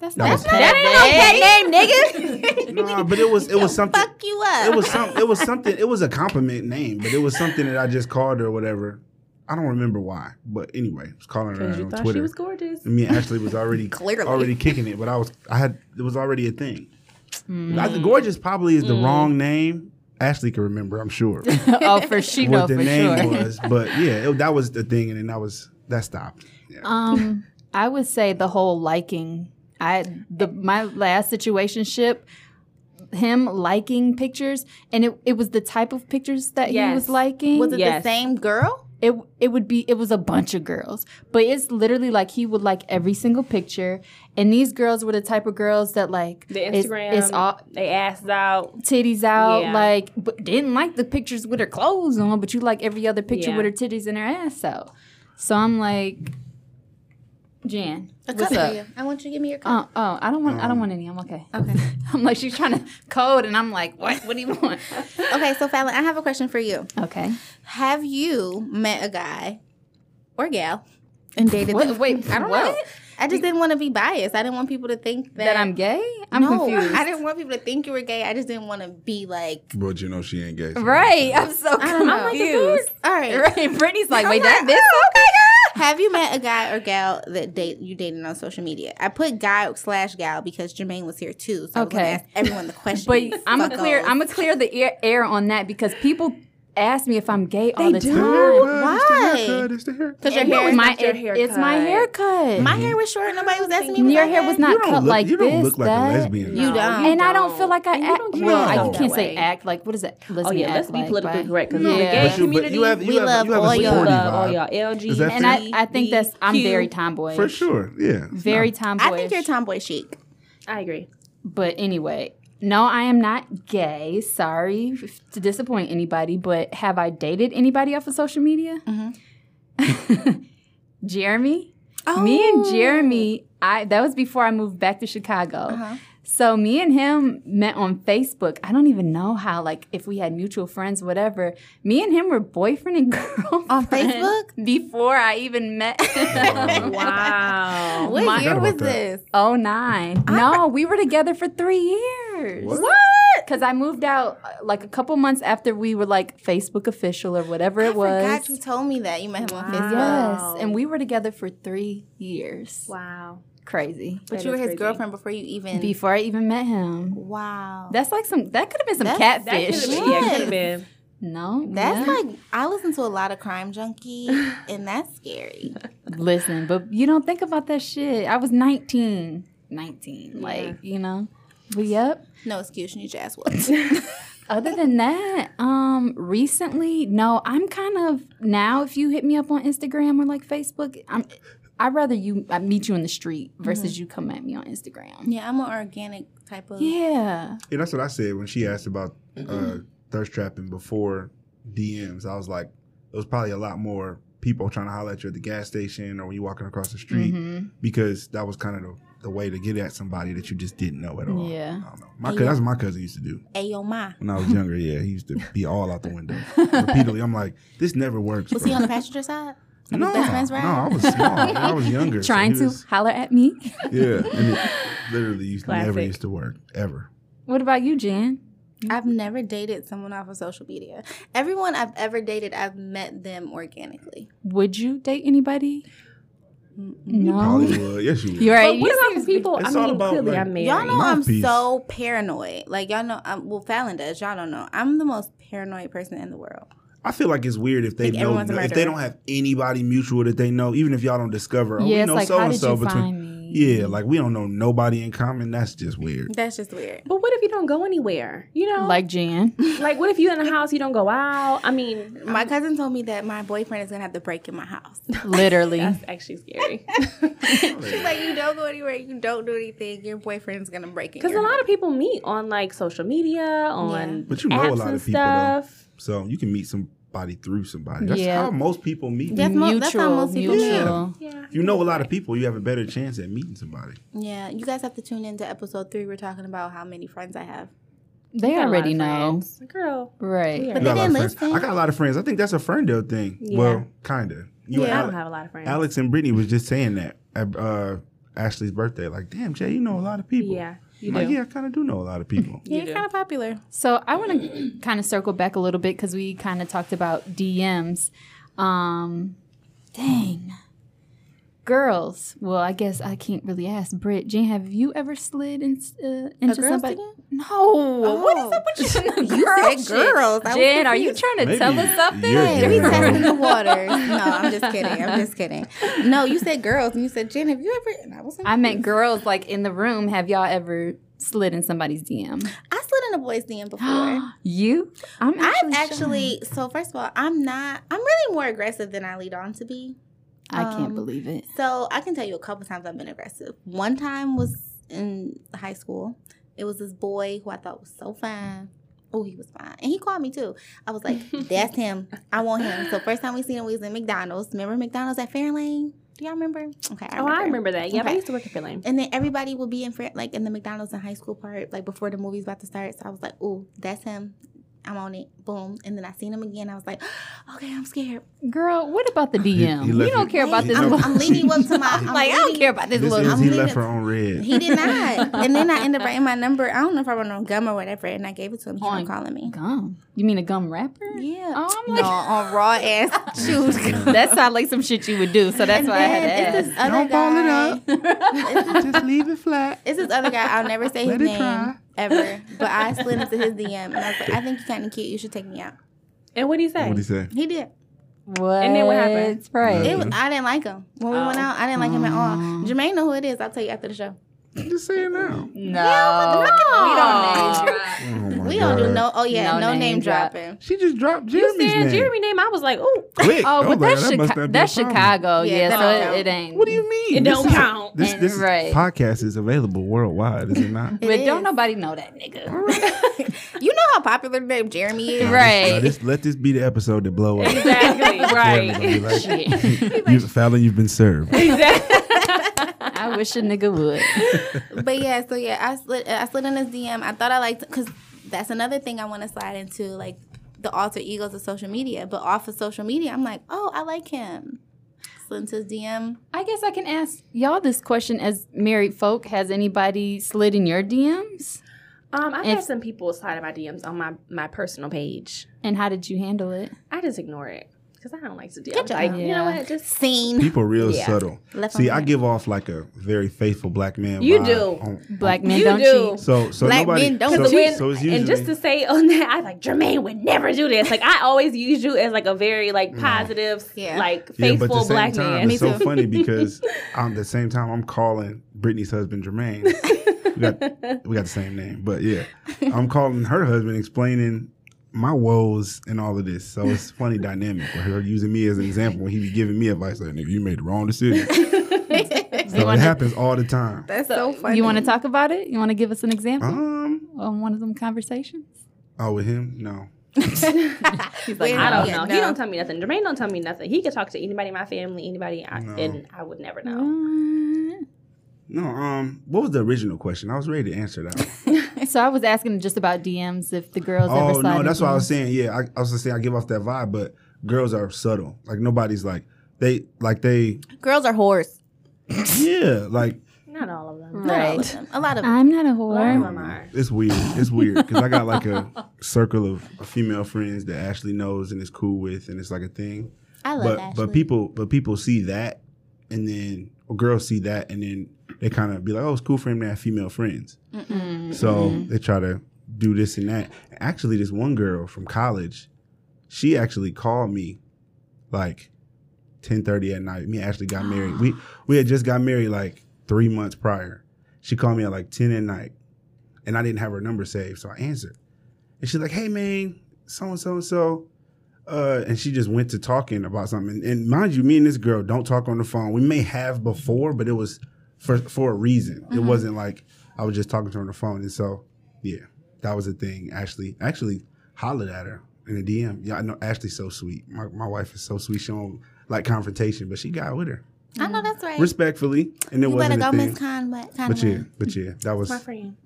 S1: That's
S7: that
S1: not
S7: was-
S1: a pet name.
S6: That ain't no pet name, nigga.
S7: No, but it was it was something.
S6: Fuck you up.
S7: It was some. It was something. It was a compliment name, but it was something that I just called her or whatever. I don't remember why, but anyway, I was calling her
S4: Because you
S7: on
S4: thought she
S7: Twitter.
S4: was gorgeous.
S7: Me and Ashley was already
S6: Clearly.
S7: already kicking it, but I was I had it was already a thing. I think gorgeous probably is the wrong name. Ashley can remember, I'm sure.
S1: oh, for she know
S7: what the
S1: for
S7: name
S1: sure.
S7: was, but yeah, it, that was the thing, and then that was that stopped. Yeah.
S1: Um, I would say the whole liking. I the my last situationship, him liking pictures, and it, it was the type of pictures that he
S4: Yes.
S1: was liking.
S6: Was it
S4: Yes.
S6: the same girl?
S1: it it would be it was a bunch of girls, but it's literally like he would like every single picture, and these girls were the type of girls that like
S4: The
S1: it's-
S4: Instagram,
S1: It's, all
S4: they ass out.
S1: titties out,
S4: Yeah.
S1: like but didn't like the pictures with her clothes on, but you like every other picture
S4: Yeah.
S1: with her titties and her ass out. So I'm like, Jan, what's up?
S6: I want you to give me your cup.
S1: Uh, oh, I don't want. I don't want any. I'm okay. Okay. I'm like she's trying to code, and I'm like, what? What do you want?
S6: Okay, so Fallon, I have a question for you.
S1: okay.
S6: Have you met a guy or gal and dated
S1: What?
S6: them?
S1: Wait.
S6: I don't know. I just didn't want to be biased. I didn't want people to think that,
S1: That I'm gay? I'm
S6: no,
S1: confused.
S6: I didn't want people to think you were gay. I just didn't want to be like.
S7: But you know she ain't gay. so-
S1: Right. I'm so
S6: I don't know.
S1: confused.
S6: All right.
S1: Right. Brittany's like, wait,
S6: I'm
S1: that
S6: like,
S1: this
S6: Have you met a guy or gal that date you dated on social media? I put guy slash gal because Jermaine was here too, so I'm
S1: Okay.
S6: gonna ask everyone the question.
S1: But
S6: you
S1: I'm a clear.
S6: fuckos.
S1: I'm a clear the air, air on that because people ask me if I'm gay all
S4: They
S1: the
S4: do.
S1: time.
S6: Why?
S7: It's the haircut.
S6: Cause your
S1: No,
S6: hair,
S4: is
S1: my,
S4: not your
S1: it- it's my haircut.
S6: my hair was short. and Nobody was asking me. what
S1: Your
S6: I
S1: hair
S6: had.
S1: was not
S7: You don't
S1: cut
S7: look
S1: like
S7: like you don't
S1: this,
S7: look like a
S1: that.
S7: lesbian.
S6: You don't.
S1: and I don't feel like I
S4: And you
S1: act.
S4: don't get
S1: Well, I
S7: yourself
S1: can't
S4: that
S1: say
S4: way.
S1: act. Like, what is that? Let's
S4: Oh yeah, let's be politically correct because the
S1: Yeah.
S4: gay
S7: But you, but
S4: community.
S7: you have you
S6: We
S7: have, you
S6: love
S7: have
S6: all
S7: a
S6: y'all.
S7: sporty
S4: love all
S7: vibe.
S4: y'all LG.
S7: Is that
S1: And I, I think that's I'm very tomboy.
S7: for sure. Yeah,
S1: Very tomboy.
S6: I think you're tomboy chic.
S4: I agree.
S1: But anyway, no, I am not gay. Sorry f- to disappoint anybody, but have I dated anybody off of social media? Mm-hmm. Jeremy, me and Jeremy,
S6: Oh.
S1: I that was before I moved back to Chicago.
S6: Uh-huh.
S1: So me and him met on Facebook. I don't even know how, like, if we had mutual friends, whatever. Me and him were boyfriend and girl
S6: On Facebook?
S1: before I even met. him.
S4: Wow.
S6: Oh, What
S1: My-
S6: year
S7: Forgot
S6: was
S7: about that.
S6: this?
S1: Oh nine. No, we were together for three years.
S7: What?
S1: Because I moved out uh, like a couple months after we were like Facebook official or whatever
S6: I
S1: it was.
S6: forgot you told me that you met him on
S1: Yes,
S6: Facebook.
S4: Wow.
S1: and we were together for three years.
S4: wow.
S1: Crazy.
S6: But
S4: That
S6: you were
S4: is
S6: his
S4: crazy.
S6: girlfriend before you even.
S1: Before I even met him,
S6: wow.
S1: that's like some. That could have been some
S6: That's-
S4: That could
S1: catfish.
S4: have
S6: Fish.
S4: been. Yeah, could
S6: Yes.
S4: have been.
S1: No,
S6: that's
S1: yeah.
S6: like I listen to a lot of crime junkie, and that's scary.
S1: listen. But you don't think about that shit. I was nineteen. Nineteen. Like you know. But yep.
S6: No excuse, you jazz was.
S1: Other than that, um, recently, no, I'm kind of now. If you hit me up on Instagram or like Facebook, I'm. I'd rather you I meet you in the street versus you come at me on Instagram.
S6: yeah, I'm an organic type of.
S1: Yeah,
S7: yeah, that's what I said when she asked about
S1: Mm-hmm.
S7: uh, thirst trapping before DMs. I was like, it was probably a lot more people trying to holler at you at the gas station or when you're walking across the street
S1: Mm-hmm.
S7: because that was kind of the, the way to get at somebody that you just didn't know at all.
S1: Yeah.
S7: I don't know. My, cou- that's what my cousin used to do.
S6: Ayo, ma.
S7: When I was younger, yeah, he used to be all out the window repeatedly. I'm like, this never works.
S6: Was
S7: bro.
S6: he on the passenger side? On
S7: no,
S6: his best friend's
S7: no,
S6: ride?
S7: I was small. man. I was younger. so
S1: trying
S7: he
S1: to
S7: was-
S1: holler at me.
S7: yeah, and it literally used never
S4: Classic.
S7: used to work ever.
S1: what about you, Jan?
S6: I've never dated someone off of social media. Everyone I've ever dated, I've met them organically.
S1: Would you date anybody? No.
S7: Probably would. Yes, you would.
S1: You're right.
S4: But what about
S1: You-
S4: for people? I
S7: It's all
S4: mean,
S7: about,
S4: clearly
S7: like-
S4: I'm married.
S6: Y'all know I'm
S7: Mouthpiece.
S6: so paranoid. Like y'all know, I'm, well, Fallon does. Y'all don't know. I'm the most paranoid person in the world.
S7: I feel like it's weird if they
S6: Like
S7: know
S6: everyone's a
S7: if
S6: murderer.
S7: they don't have anybody mutual that they know, even if y'all don't discover. Oh,
S1: yeah,
S7: we
S1: it's
S7: know
S1: like,
S7: so
S1: how
S7: and
S1: did
S7: so
S1: you
S7: between.
S1: find me?
S7: Yeah, like we don't know nobody in common. That's just weird.
S6: That's just weird.
S4: But what if you don't go anywhere? You know,
S1: Like Jan.
S4: like what if you in the house you don't go out? I mean,
S6: My cousin told me that my boyfriend is gonna have to break in my house.
S1: Literally.
S4: that's actually scary.
S6: She's like, you don't go anywhere, you don't do anything. Your boyfriend's gonna break in.
S4: Because a
S6: your
S4: lot of people meet on like social media, on
S6: Yeah.
S7: But you know a
S4: apps
S7: lot
S4: and
S7: of people, though.
S4: stuff.
S7: So you can meet somebody through somebody. That's
S1: Yeah.
S7: how most people meet.
S6: Yeah. That's mo-
S1: mutual.
S6: that's how most people
S1: mutual.
S7: Yeah.
S4: Yeah,
S7: If you know a lot of people, you have a better chance at meeting somebody.
S6: Yeah, you guys have to tune into episode three. We're talking about how many friends I have.
S1: They
S4: Got a lot
S1: already
S4: of
S1: know.
S4: friends. Girl,
S1: Right.
S4: Yeah.
S6: But
S7: You got
S6: they
S7: a lot of
S6: didn't
S7: friends.
S6: listen.
S7: I got a lot of friends. I think that's a Ferndale thing.
S4: Yeah.
S7: Well, kinda.
S6: Yeah.
S7: You
S4: I
S7: and
S4: don't
S7: Ale-
S4: have a lot of friends.
S7: Alex and Brittany was just saying that at uh, Ashley's birthday. Like, damn, Jay, you know a lot of people.
S4: Yeah, you
S7: I'm
S4: do.
S7: like, yeah, I kind of do know a lot of people.
S6: Yeah, you're kind of popular.
S1: So I want to kind of circle back a little bit because we kind of talked about DMs. Um, dang. Girls, well, I guess I can't really ask. Britt, Jane, have you ever slid in, uh, into
S6: girl's
S1: somebody?
S6: DM?
S1: No. What is up with Oh. you?
S6: You said girls. I was
S1: Jen, are you
S6: confused.
S1: trying to
S7: Maybe
S1: tell us something?
S7: you're
S6: Hey, we
S7: girl.
S6: testing the waters. No, I'm just kidding. I'm just kidding. No, you said girls, and you said Jen. Have you ever? And I was like,
S1: I
S6: I,
S1: meant girls, like in the room. Have y'all ever slid in somebody's DM?
S6: slid in a boy's DM before.
S1: You? I'm
S6: I've
S1: shy.
S6: actually. So first of all, I'm not. I'm really more aggressive than I lead on to be.
S1: I can't
S6: um,
S1: believe it.
S6: So I can tell you a couple times I've been aggressive. One time was in high school. It was this boy who I thought was so fine. Oh, he was fine. And he called me too. I was like, that's him. I want him. So first time we seen him, we was in McDonald's. Remember McDonald's at Fairlane? Do y'all remember? Okay,
S4: Oh, I remember that. Yeah, I
S6: Okay.
S4: used to work at Fairlane.
S6: And then everybody would be in front, like in the McDonald's and high school part, like before the movie's about to start. So I was like, "Ooh, that's him. I'm on it." Boom. And then I seen him again. I was like, "Okay, I'm scared.
S1: Girl, what about the
S7: he
S1: DM? you
S7: left
S1: don't
S7: it-
S1: care about
S7: he
S1: this.
S7: left
S6: I'm,
S1: little-
S7: it-
S6: I'm leading you up to my. I'm
S1: like, I don't care about this,
S7: This
S1: little.
S7: is
S6: I'm
S7: he
S6: leaving
S7: left
S6: to-
S7: her on red.
S6: He did not. and then I ended up writing my number. I don't know if I wrote on gum or whatever, and I gave it to him. He
S1: On
S6: was calling me.
S1: Gum? You mean a gum wrapper?
S6: Yeah.
S1: Oh, I'm
S6: no,
S1: like,
S6: on raw ass juice.
S1: that sounds like some shit you would do. So that's
S6: And
S1: why I had
S6: then
S1: to
S6: it's
S1: ask.
S6: this other
S7: Don't ball it
S6: guy.
S7: up.
S6: It's this
S7: Just leave it flat.
S6: It's this other guy. I'll never say his
S7: Let it
S6: name
S7: dry.
S6: ever. But I slid into his DM and I was like, I think you're kind of cute. You should take me out.
S4: And what do you say?
S7: What he say?
S6: He did.
S1: What?
S4: And then what happened?
S1: Right.
S6: It was, I didn't like him when we went
S4: Oh.
S6: out. I didn't like him at all.
S1: Mm.
S6: Jermaine know who it is. I'll tell you after the show.
S7: Just say it now.
S1: no.
S6: don't name
S1: drop.
S7: Oh my
S6: we don't do
S7: God.
S6: no. Oh yeah,
S1: No
S6: no,
S1: name
S6: name,
S1: drop.
S6: dropping.
S7: She just dropped
S4: You
S7: Jeremy's
S4: said
S7: name.
S4: Jeremy name. I was like, oh,
S7: Quick.
S1: Oh,
S7: I was
S1: but
S7: like,
S1: that's,
S7: that must
S1: Chica-
S7: not be a
S1: that's
S7: problem.
S1: Chicago. Yeah,
S6: Yeah, that don't
S1: so
S6: count.
S1: it, it ain't.
S7: What do you mean?
S4: It
S7: This
S4: don't
S7: is-
S4: count.
S7: This,
S1: And-
S7: this
S1: right.
S7: podcast is available worldwide, is it not?
S1: But
S6: It
S1: don't
S6: is.
S1: nobody know that nigga.
S6: You know how popular the name Jeremy is.
S1: Right.
S7: Now, this, let this be the episode that blow up.
S4: exactly
S7: Jeremy's gonna
S4: right.
S7: be like, you, Fallon, you've been served.
S1: I wish a nigga would.
S6: But yeah, so yeah, I slid I slid in his DM. I thought I liked because that's another thing I want to slide into, like the alter egos of social media. But off of social media, I'm like, oh, I like him. Slid into his DM.
S1: I guess I can ask y'all this question as married folk. Has anybody slid in your DMs?
S4: Um, I've
S1: If-
S4: had some people slide in my DMs on my my personal page.
S1: And how did you handle it?
S4: I just ignore it because I don't like to deal.
S6: Good
S4: Like,
S6: job.
S4: you know what? Just
S6: Scene.
S7: People real
S4: Yeah.
S7: subtle.
S6: Left
S7: See,
S6: on
S7: I
S6: that.
S7: give off like a very faithful black man.
S4: You
S7: vibe
S4: do.
S7: on-
S1: Black men
S4: You
S1: don't
S4: do.
S1: cheat.
S7: So, so
S6: Black
S7: nobody.
S6: men don't
S7: so,
S4: Because when-
S7: so it's usually.
S4: and just to say on that, I was like Jermaine would never do this. Like I always use you as like a very like positive,
S6: Yeah.
S4: like
S7: Mm. yeah, but at
S4: faithful
S7: the same
S4: black
S7: time,
S4: man.
S7: it's so funny because I'm at the same time I'm calling Brittany's husband Jermaine. we, got, we got the same name, but yeah, I'm calling her husband, explaining my woes and all of this. So it's funny dynamic with her using me as an example when he be giving me advice like, "Nigga, you made the wrong decision."
S6: that's
S7: so it happens all the time.
S6: so funny.
S1: You want to talk about it? You want to give us an example
S7: Um,
S1: on one of them conversations?
S7: oh, with him, no.
S1: He's like,
S6: Wait,
S4: I don't
S6: Yeah,
S4: know.
S6: no.
S4: He don't tell me nothing. Jermaine don't tell me nothing. He could talk to anybody in my family, anybody, I,
S7: No.
S4: and I would never know.
S7: No, um, what was the original question? I was ready to answer that. one.
S1: So I was asking just about DMs if the girls ever
S7: oh
S1: slide.
S7: no, that's
S1: into
S7: what I
S1: them.
S7: was saying. Yeah, I, I was just saying I give off that vibe, but girls are subtle. Like nobody's like they like they
S6: Girls are whores.
S7: yeah like
S4: Not
S6: Not all
S4: all of them.
S6: of
S4: Mm-hmm.
S1: Right.
S6: them. A lot of them.
S1: I'm not a
S4: Some
S1: whore.
S4: of them are.
S7: um, It's weird. It's weird because I got like a circle of female friends that Ashley knows and is cool with, and it's like a thing.
S6: I love
S7: but
S6: Ashley.
S7: but people but people see that, and then or girls see that, and then they kind of be like, "Oh, it's cool for him to have female friends." Oh. So uh-uh. they try to do this and that. Actually, this one girl from college, she actually called me, like. 10:30 at night. Me and Ashley got married. We we had just got married like three months prior. She called me at like 10 at night and I didn't have her number saved. So I answered. And she's like, hey man, so and so and so. Uh, and she just went to talking about something. And, and mind you, me and this girl don't talk on the phone. We may have before, but it was for for a reason. It wasn't like I was just talking to her on the phone. And so, yeah, that was a thing. Ashley actually hollered at her in a DM. Yeah, I know Ashley's so sweet. My, my wife is so sweet. She don't like confrontation, but she got with her
S6: I know that's right.
S7: respectfully, and it
S6: you better
S7: wasn't
S6: go,
S7: a thing.
S6: Miss Conway.
S7: But yeah, but yeah, that was
S4: My friend.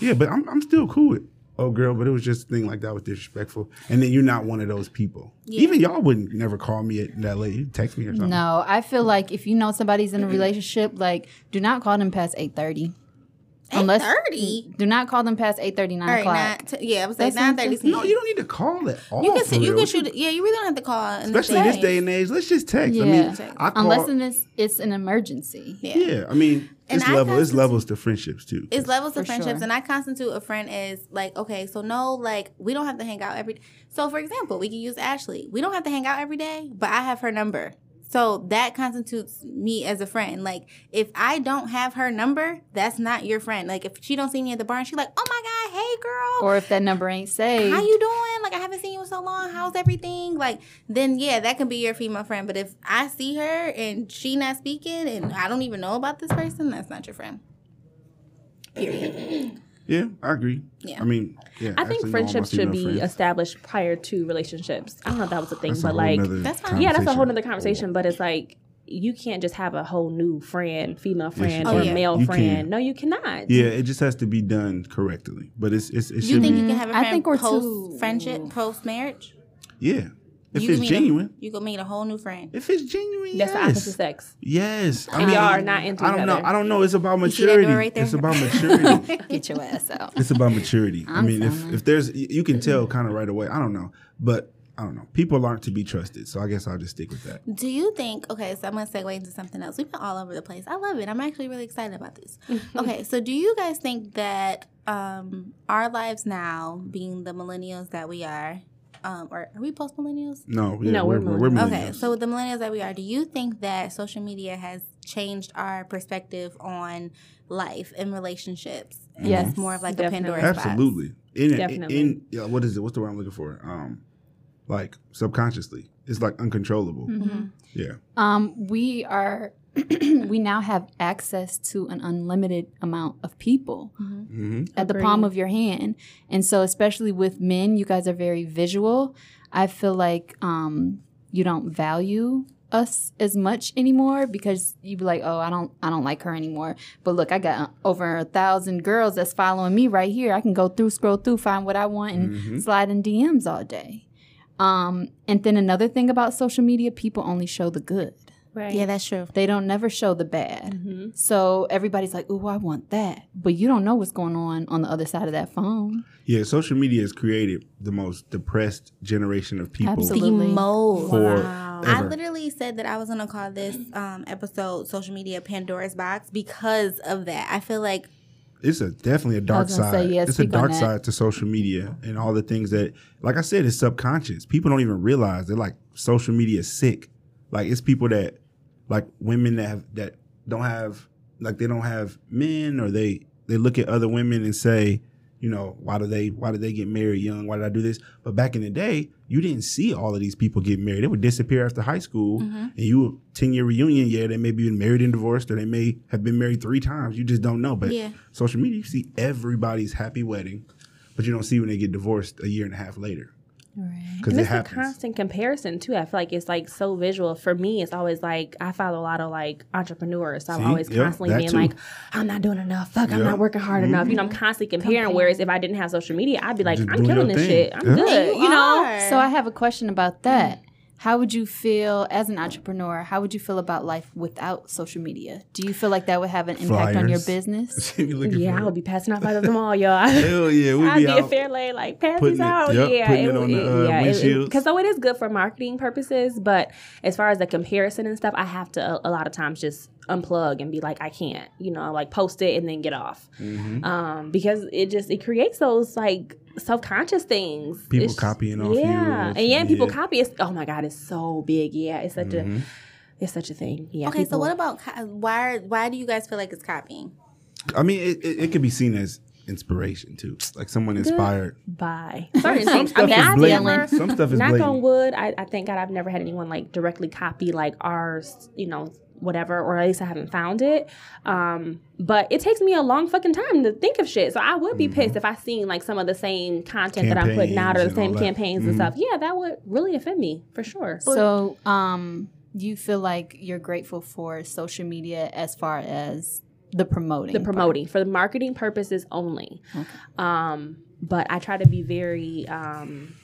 S7: yeah. But I'm I'm still cool with oh girl, but it was just a thing like that was disrespectful. And then you're not one of those people. Even y'all wouldn't never call me at that late. You text me or something.
S1: No, I feel like if you know somebody's in a relationship, like do not call them past eight thirty. Unless-
S6: 8:30?
S1: Do not call them past eight thirty nine
S6: All right,
S1: o'clock.
S6: nine, t- yeah, I was like
S1: That's not
S6: nine thirty.
S7: No, you don't need to call at all.
S6: You can
S7: for
S6: see, you
S7: real.
S6: can shoot. it- Yeah, you really don't have to call. in the
S7: Especially this
S6: day.
S7: day and age, let's just text. I
S1: Yeah.
S7: mean, I call,
S1: Unless it's it's an emergency.
S6: Yeah.
S7: yeah, I mean,
S6: And
S7: it's
S6: I
S7: level, it's
S6: constitute-
S7: levels to friendships too.
S6: It's levels of
S1: For
S6: friendships,
S1: sure.
S6: and I constitute a friend as like okay, so no, like we don't have to hang out every. So for example, we can use Ashley. We don't have to hang out every day, but I have her number, so that constitutes me as a friend. Like if I don't have her number, that's not your friend. Like if she don't see me at the bar and she like, oh my god, hey girl,
S1: Or if that number ain't saved.
S6: how you doing? Like I haven't seen you in so long. How's everything? Like then yeah, that can be your female friend. But if I see her and she not speaking and I don't even know about this person, that's not your friend.
S7: yeah, I agree.
S6: Yeah.
S7: I mean, yeah,
S4: I think
S7: actually, no, all my
S4: friendships should
S7: female
S4: be
S7: friends.
S4: established prior to relationships. I don't know if that was a thing,
S7: That's a
S4: but
S7: whole
S4: like,
S7: nother
S6: That's fine.
S4: yeah, that's a whole nother conversation. But it's like you can't just have a whole new friend, female friend,
S6: can.
S4: or
S6: Oh, yeah.
S4: male
S7: You
S4: friend.
S7: can.
S4: No, you cannot.
S7: Yeah, it just has to be done correctly. But it's it's it
S6: You
S7: should
S6: think
S7: be
S6: you can have a
S1: I
S6: friend
S1: think we're
S6: post
S1: too-
S6: friendship, post marriage?
S7: yeah. If
S6: you could
S7: it's
S6: meet
S7: genuine,
S6: a, you could meet a whole new friend.
S7: If it's genuine,
S4: That's the
S7: yes.
S4: opposite sex.
S7: Yes, I
S4: And
S7: mean,
S4: y'all are not into
S7: I don't
S4: each
S7: know.
S4: other.
S7: I don't know. It's about
S6: see that door
S7: maturity.
S6: right there?
S7: It's about maturity.
S1: Get your ass out.
S7: it's about maturity. I
S1: I'm
S7: mean, if,
S1: feeling.
S7: if there's, y- you can tell kind of right away. I don't know, but I don't know. People aren't to be trusted, so I guess I'll just stick with that.
S6: Do you think? Okay, so I'm gonna segue into something else. We've been all over the place. I love it. I'm actually really excited about this. okay, so do you guys think that um, our lives now, being the millennials that we are, um, or are we post millennials?
S7: No, yeah,
S4: No,
S7: we're,
S4: we're
S7: we're, we're
S6: Okay,
S7: millennials.
S6: so with the millennials that we are, do you think that social media has changed our perspective on life and relationships? And
S1: Yes,
S6: it's more of like
S4: definitely.
S6: a Pandora's box.
S7: Mm-hmm. absolutely. In, in,
S4: Definitely.
S7: in yeah, what is it? What's the word I'm looking for? Um, like subconsciously, it's like uncontrollable.
S1: Mm-hmm.
S6: Mhm.
S7: Yeah,
S1: Um, we are we now have access to an unlimited amount of people.
S7: hmm
S1: at the palm
S4: Agreed.
S1: of your hand. And so, especially with men, you guys are very visual. I feel like um, you don't value us as much anymore because you be like, oh, I don't, I don't like her anymore. But look, I got uh, over a thousand girls that's following me right here. I can go through, scroll through, find what I want, and
S7: Mhm.
S1: slide in DMs all day. Um, and then another thing about social media, people only show the good.
S4: Right.
S6: Yeah, that's true.
S1: They don't never show the bad.
S4: hmm
S1: So everybody's like, "Ooh, I want that," but you don't know what's going on on the other side of that phone.
S7: yeah. Social media has created the most depressed generation of people
S1: Absolutely.
S6: The most.
S7: for
S6: I
S7: ever.
S6: literally said that I was gonna call this um, episode social media Pandora's box because of that. I feel like
S7: it's a definitely a dark
S1: gonna
S7: side.
S1: say, yeah,
S7: it's a
S1: speak on
S7: dark
S1: that.
S7: side to social media and all the things that, like I said, it's subconscious. People don't even realize they're like social media sick. Like it's people that, like women that have that don't have like they don't have men or they they look at other women and say, you know, why do they why did they get married young? Why did I do this? But back in the day, you didn't see all of these people get married. They would disappear after high school,
S4: Mm-hmm.
S7: and you ten year reunion. Yeah, they may be married and divorced, or they may have been married three times. You just don't know. But
S6: Yeah.
S7: social media, you see everybody's happy wedding, but you don't see when they get divorced a year and a half later
S1: Right.
S7: because
S4: And
S7: it
S4: it's a
S7: happens.
S4: constant comparison too. I feel like it's like so visual. For me, it's always like I follow a lot of like entrepreneurs. So I'm
S7: See?
S4: always
S7: Yep,
S4: constantly
S7: that
S4: being
S7: too.
S4: like, I'm not doing enough. Fuck, I'm
S7: Yeah.
S4: not working hard enough. You know, I'm constantly comparing. Whereas if I didn't have social media, I'd be like,
S7: Just
S4: I'm
S7: doing your
S4: killing this
S7: thing.
S4: shit. I'm
S7: Yeah.
S4: good.
S6: you,
S4: You know.
S6: are.
S1: So I have a question about that. How would you feel as an entrepreneur? How would you feel about life without social media? Do you feel like that would have an impact on your
S7: Flyers.
S1: business?
S7: She be looking
S4: Yeah,
S7: for
S4: I'll be passing out five of them all, y'all.
S7: Hell yeah, we
S4: I'd
S7: be
S4: be a
S7: out.
S4: fair lay, like pass
S7: putting
S4: these
S7: it-
S4: out.
S7: yep,
S4: yeah,
S7: putting it on the, uh, windshields.
S4: Because so it is good for marketing purposes, but as far as the comparison and stuff, I have to a, a lot of times just unplug and be like, I can't, you know, like post it and then get off,
S7: Mhm.
S4: um, because it just it creates those like self conscious things.
S7: People
S4: It's-
S7: copying off you
S4: yeah,
S7: and
S4: and yeah, people
S7: shit.
S4: copy. It's, oh my god, it's so big. Yeah, it's such
S7: Mhm.
S4: a it's such a thing. Yeah.
S6: Okay, so
S4: people-
S6: what about co- why? Why do you guys feel like it's copying?
S7: I mean, it, it, it could be seen as inspiration too, like someone inspired.
S4: Bye.
S6: Certain
S4: Some
S6: things. I
S4: stuff
S6: mean,
S4: is
S6: I
S4: blatant.
S6: feel
S7: blatant.
S6: like
S7: Some stuff is
S4: knock on
S7: blatant.
S4: wood I, I thank god i've never had anyone like directly copy like ours you know whatever or at least i haven't found it um but it takes me a long fucking time to think of shit so i would be pissed if i seen like some of the same content that i'm putting out or the
S7: Mm-hmm. Campaigns and
S4: same
S7: all that.
S4: campaigns and stuff
S7: Mm-hmm.
S4: yeah that would really offend me for sure
S1: So, um, you feel like you're grateful for social media as far as the promoting.
S4: the promoting for the marketing purposes only um but i try to be very um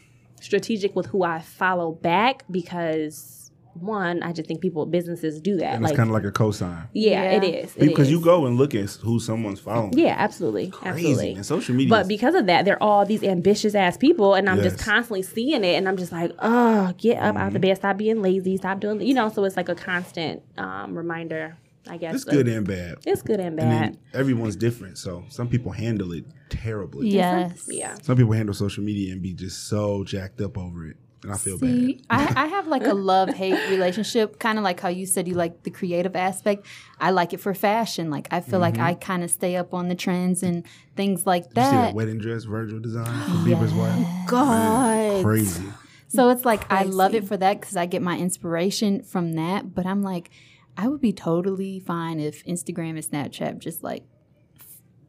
S4: strategic with who i follow back because one i just think people businesses do that
S7: And it's kind of like a cosign
S4: Yeah,
S1: Yeah.
S4: it is. It
S7: because you
S4: is.
S7: go and look at who someone's following.
S4: Yeah, absolutely,
S7: crazy.
S4: absolutely.
S7: And social media.
S4: But
S7: is-
S4: because of that, they're all these ambitious ass people, and I'm just
S7: Yes. Mm-hmm.
S4: constantly seeing it, and I'm just like, oh, get up out of the bed, stop being lazy, stop doing, you know. So it's like a constant um, reminder, I guess.
S7: it's
S4: of-
S7: good and bad.
S4: It's good and
S7: And
S4: bad.
S7: then everyone's different, so some people handle it terribly.
S1: Yes.
S4: yeah.
S7: Some people handle social media and be just so jacked up over it, and I feel bad.
S1: See, I, I have like a love hate relationship, kind of like how you said you like the creative aspect. I like it for fashion. Like I feel like I kind of stay up on the trends and things like
S7: Mm-hmm. You see
S1: that.
S7: that wedding dress Virgil designed for Bieber's wife?
S6: God.
S7: Crazy.
S1: So it's like I love it for that because I get my inspiration from that. But I'm like, I would be totally fine if Instagram and Snapchat just like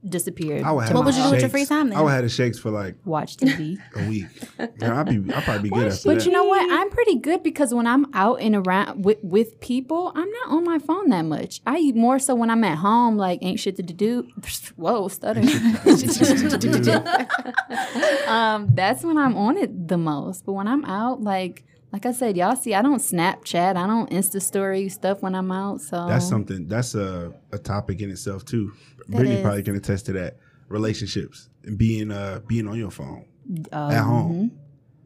S1: disappeared.
S7: I would have
S6: What would you do with your
S7: shakes-
S6: free time then?
S7: I would have the shakes for like
S1: watch TV.
S7: a week. Man, I'd be, I'd probably be good after
S1: But
S7: that.
S1: you know what? I'm pretty good because when I'm out and around with, with people, I'm not on my phone that much. I eat more so when I'm at home, like ain't shit to do. Whoa, stuttering. um, that's when I'm on it the most. But when I'm out, like like I said, y'all see, I don't Snapchat, I don't Insta story stuff when I'm out. So
S7: That's something. That's a, a topic in itself too.
S1: That
S7: Brittany
S1: is.
S7: probably can attest to that. Relationships and being uh being on your phone
S1: Oh,
S7: at home.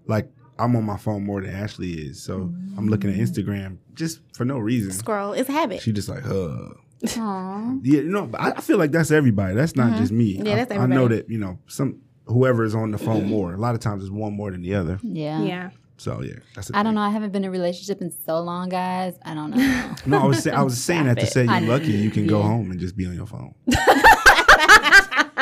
S7: Like I'm on my phone more than Ashley is, so I'm looking
S1: Mm.
S7: at Instagram just for no reason.
S6: scroll is habit.
S7: She just like, huh.
S1: mhm. Aw. Mm-hmm.
S7: Yeah, no, but I, I feel like that's everybody. That's not just me.
S6: Yeah,
S7: I,
S6: that's
S7: I know
S6: everybody.
S7: that you know some whoever is on the phone more. A lot of times it's one more than the other.
S1: Yeah.
S4: yeah.
S7: So yeah, that's. a
S1: I
S7: thing.
S1: don't know. I haven't been in a relationship in so long, guys. I don't know.
S7: No, I was say, I was saying that to
S4: Stop
S7: say
S1: I
S7: you're
S1: know.
S7: lucky you can go
S1: Yeah.
S7: home and just be on your phone.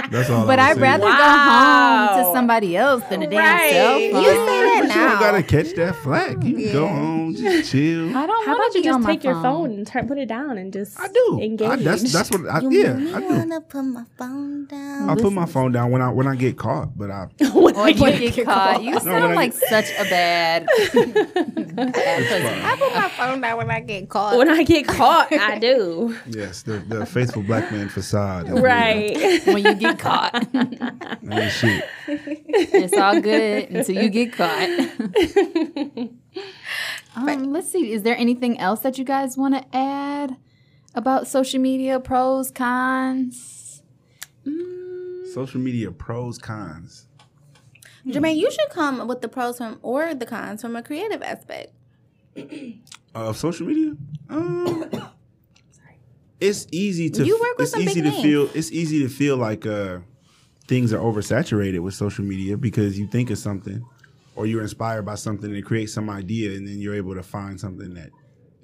S7: That's all.
S1: But
S7: I
S1: I'd
S7: was saying.
S1: rather go home to
S4: Wow.
S1: somebody else than a damn
S4: Right.
S1: cell
S4: You
S1: phone.
S6: You say
S7: But you don't
S6: that
S7: gotta catch that flag. You can go home, just chill.
S1: I don't
S4: How
S1: wanna
S4: about you
S1: be on
S4: just
S1: my
S4: take your phone and turn, put it down and just
S7: I do.
S4: engage.
S7: I, that's that's what. I,
S6: now.
S7: yeah, I
S6: You
S7: do.
S6: wanna put my phone down?
S7: I put my phone down when I when I get caught. But I
S4: When
S1: Or
S4: I
S1: you
S4: get-
S1: get caught. You
S7: when
S1: sound
S7: I
S1: like
S7: get-
S1: such a bad.
S6: I put my phone down when I get called.
S4: when I get caught, I do.
S7: yes, the, the faithful black man facade. is real.
S4: Right.
S1: when you get caught,
S7: I mean, shit.
S1: it's all good until you get caught. um, let's see. Is there anything else that you guys want to add about social media? Pros, cons.
S7: Social media pros cons.
S6: Jermaine, you should come with the pros from or the cons from a creative aspect.
S7: of social media. Um, it's easy to
S6: You work with
S7: it's
S6: some
S7: easy
S6: big
S7: to
S6: names.
S7: feel it's easy to feel like uh, things are oversaturated with social media because you think of something or you're inspired by something and create some idea and then you're able to find something that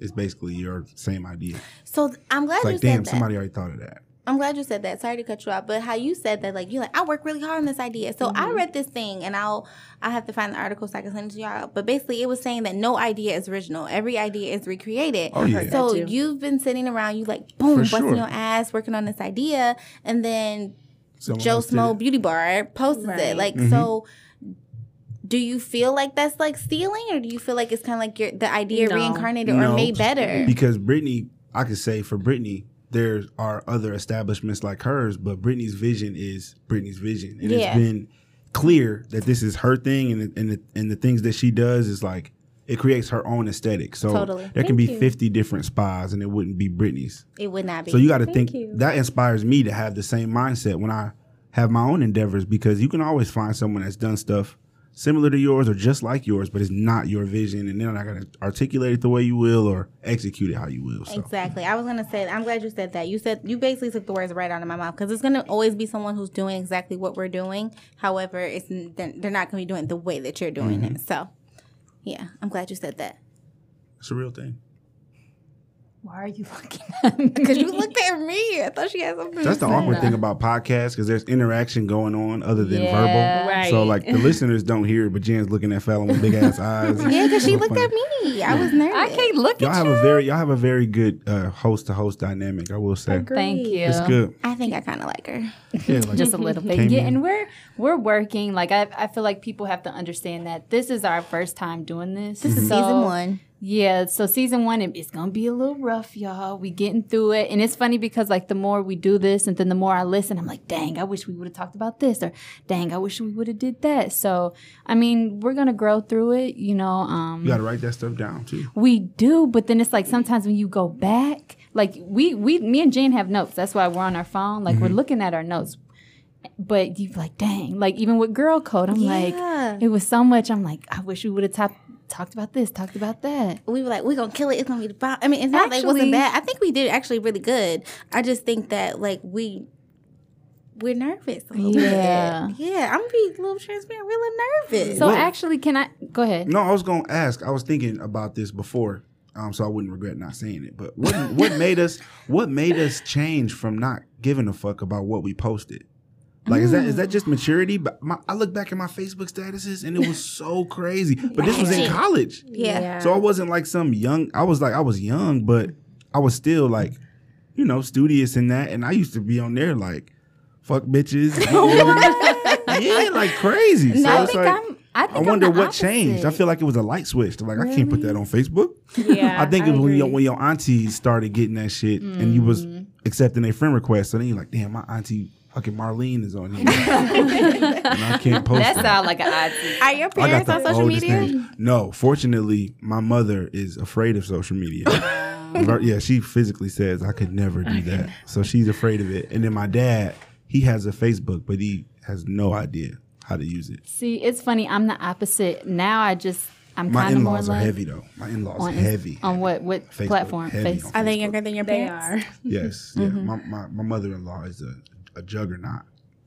S7: is basically your same idea.
S6: So th- I'm glad
S7: It's
S6: you
S7: like,
S6: said
S7: damn,
S6: that.
S7: somebody already thought of that.
S6: I'm glad you said that. Sorry to cut you off, but how you said that, like you're like, I work really hard on this idea. So
S7: Mm-hmm.
S6: I read this thing, and I'll I have to find the article so I can send it to y'all. But basically, it was saying that no idea is original. Every idea is recreated.
S7: Oh, yeah.
S6: So
S4: that too.
S6: you've been sitting around, you like boom, busting
S7: sure.
S6: your ass, working on this idea, and then
S7: Someone
S6: Joe
S7: else did
S6: Smo
S7: it.
S6: Beauty Bar posted it.
S4: Right.
S6: Like
S7: Mm-hmm.
S6: so. Do you feel like that's like stealing, or do you feel like it's kind of like your the idea
S4: No.
S6: reincarnated
S7: No,
S6: or made better?
S7: Because Brittany, I could say for Brittany, there are other establishments like hers, but Brittany's vision is Brittany's vision, and
S6: Yeah.
S7: it's been clear that this is her thing, and the- and the, and the things that she does is like it creates her own aesthetic. So
S6: Totally.
S7: there can be
S4: Thank you.
S7: 50 different spas and it wouldn't be Britney's.
S6: It would not be.
S7: So you got to think
S4: you.
S7: that inspires me to have the same mindset when I have my own endeavors because you can always find someone that's done stuff similar to yours or just like yours, but it's not your vision, and then I got to articulate it the way you will or execute it how you will. So
S6: Exactly. I was gonna say. I'm glad you said that. You said you basically took the words right out of my mouth because it's gonna always be someone who's doing exactly what we're doing. However, it's n- they're they're not gonna be doing it the way that you're doing it. So, yeah, I'm glad you said that
S7: it's a real thing.
S1: Why are you looking at me?
S6: because you looked at me. I thought she had something.
S7: That's
S6: to
S7: the
S6: say.
S7: awkward thing about podcasts because there's interaction going on other than
S1: Yeah.
S7: verbal.
S4: Right.
S7: So like the listeners don't hear it, but Jen's looking at Fallon with big ass eyes.
S6: Yeah, because she
S7: So
S6: looked
S7: funny.
S6: at me. I was nervous.
S1: I can't look
S7: Y'all
S1: at
S7: have
S1: you.
S7: a very y'all have a very good uh, host to host dynamic. I will say
S1: Thank you.
S7: it's good.
S6: I think I kind of like her.
S7: Yeah, like,
S1: just a little bit.
S7: Came
S1: Yeah,
S7: in.
S1: and we're we're working. Like I, I feel like people have to understand that this is our first time doing this. This
S6: Season one.
S1: Yeah, so season one, it- it's gonna be a little rough, y'all. We getting through it, and it's funny because like the more we do this, and then the more I listen, I'm like, dang, I wish we would have talked about this, or dang, I wish we would have did that. So, I mean, we're gonna grow through it, you know. Um,
S7: you got to write that stuff down too.
S1: we do, but then it's like sometimes when you go back, like we we me and Jane have notes. That's why we're on our phone. Like we're looking at our notes. But you like, dang, like even with girl code, I'm
S6: Yeah.
S1: like, it was so much. I'm like, I wish we would have top, talked about this, talked about that.
S6: we were like, we're gonna kill it. It's gonna be the bomb. I mean, it's not like it wasn't
S1: Actually-
S6: bad. I think we did actually really good. I just think that like we we're nervous a little
S1: Yeah.
S6: bit. Yeah, I'm gonna be a little transparent. We're a little nervous.
S1: So
S7: Well-
S1: actually, can I go ahead?
S7: No, I was gonna ask. I was thinking about this before, um, so I wouldn't regret not saying it. But what what made us what made us change from not giving a fuck about what we posted? Like is that is that just
S1: Mm.
S7: maturity? But my, I look back at my Facebook statuses and it was so crazy. But this was in college,
S6: yeah.
S7: so I wasn't like some young. I was like I was young, but I was still like, you know, studious in that. And I used to be on there like, fuck bitches, yeah, like crazy. So
S1: No, I
S7: it's
S1: think
S7: like,
S1: I'm. I, think
S7: I
S1: I'm
S7: wonder
S1: the
S7: what
S1: opposite.
S7: changed. I feel like it was a light switch. Like I can't put that on Facebook.
S4: Yeah,
S7: I think it was when
S4: agree.
S7: your, when your auntie started getting that shit and you was accepting a friend request. So then you're like, damn, my auntie fucking Marlene is on here. and I can't post
S1: that
S7: it.
S1: sound like an odd.
S6: Are your
S7: I
S6: parents
S7: got the
S6: on social
S7: oldest
S6: media?
S7: name. No, fortunately, my mother is afraid of social media. Ver- yeah, she physically says I could never do that, so she's afraid of it. And then my dad, he has a Facebook, but he has no idea how to use it.
S1: See, it's funny. I'm the opposite now. I just I'm
S7: My
S1: kind of
S7: in
S1: more
S7: laws are
S1: like
S7: heavy though. My in laws
S1: on
S7: heavy.
S1: on what what
S7: Facebook,
S1: platform?
S7: heavy
S1: Face. Mm-hmm.
S7: on
S6: Are they
S7: Facebook.
S6: younger than your
S4: They
S6: parents?
S4: are.
S7: Yes, yeah. My, my, my mother in law is a, a juggernaut.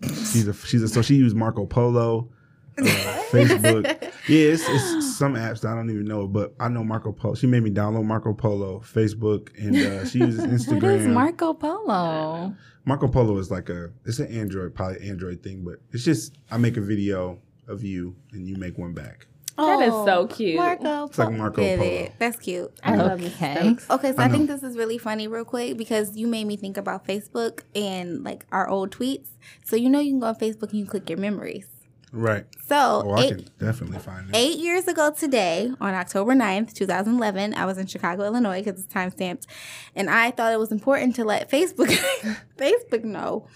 S7: She's a she's a so she used Marco Polo, uh, Facebook. Yeah, it's, it's some apps that I don't even know, but I know Marco Polo. She made me download Marco Polo, Facebook, and uh, she uses Instagram.
S1: What is Marco Polo?
S7: Marco Polo is like a it's an Android probably Android thing, but it's just I make a video of you and you make one back.
S4: That is so cute.
S6: Oh, Marco.
S7: like
S6: Polo.
S7: Marco
S6: Did
S7: Polo.
S6: it. That's cute.
S1: Okay.
S6: Okay, so I,
S7: I
S6: think this is really funny, real quick, because you made me think about Facebook and like our old tweets. So you know, you can go on Facebook and you click your memories.
S7: Right.
S6: So
S7: Oh, I
S6: it-
S7: can definitely find it.
S6: Eight years ago today, on October 9th, 2011, I was in Chicago, Illinois, because it's time stamped, and I thought it was important to let Facebook Facebook know.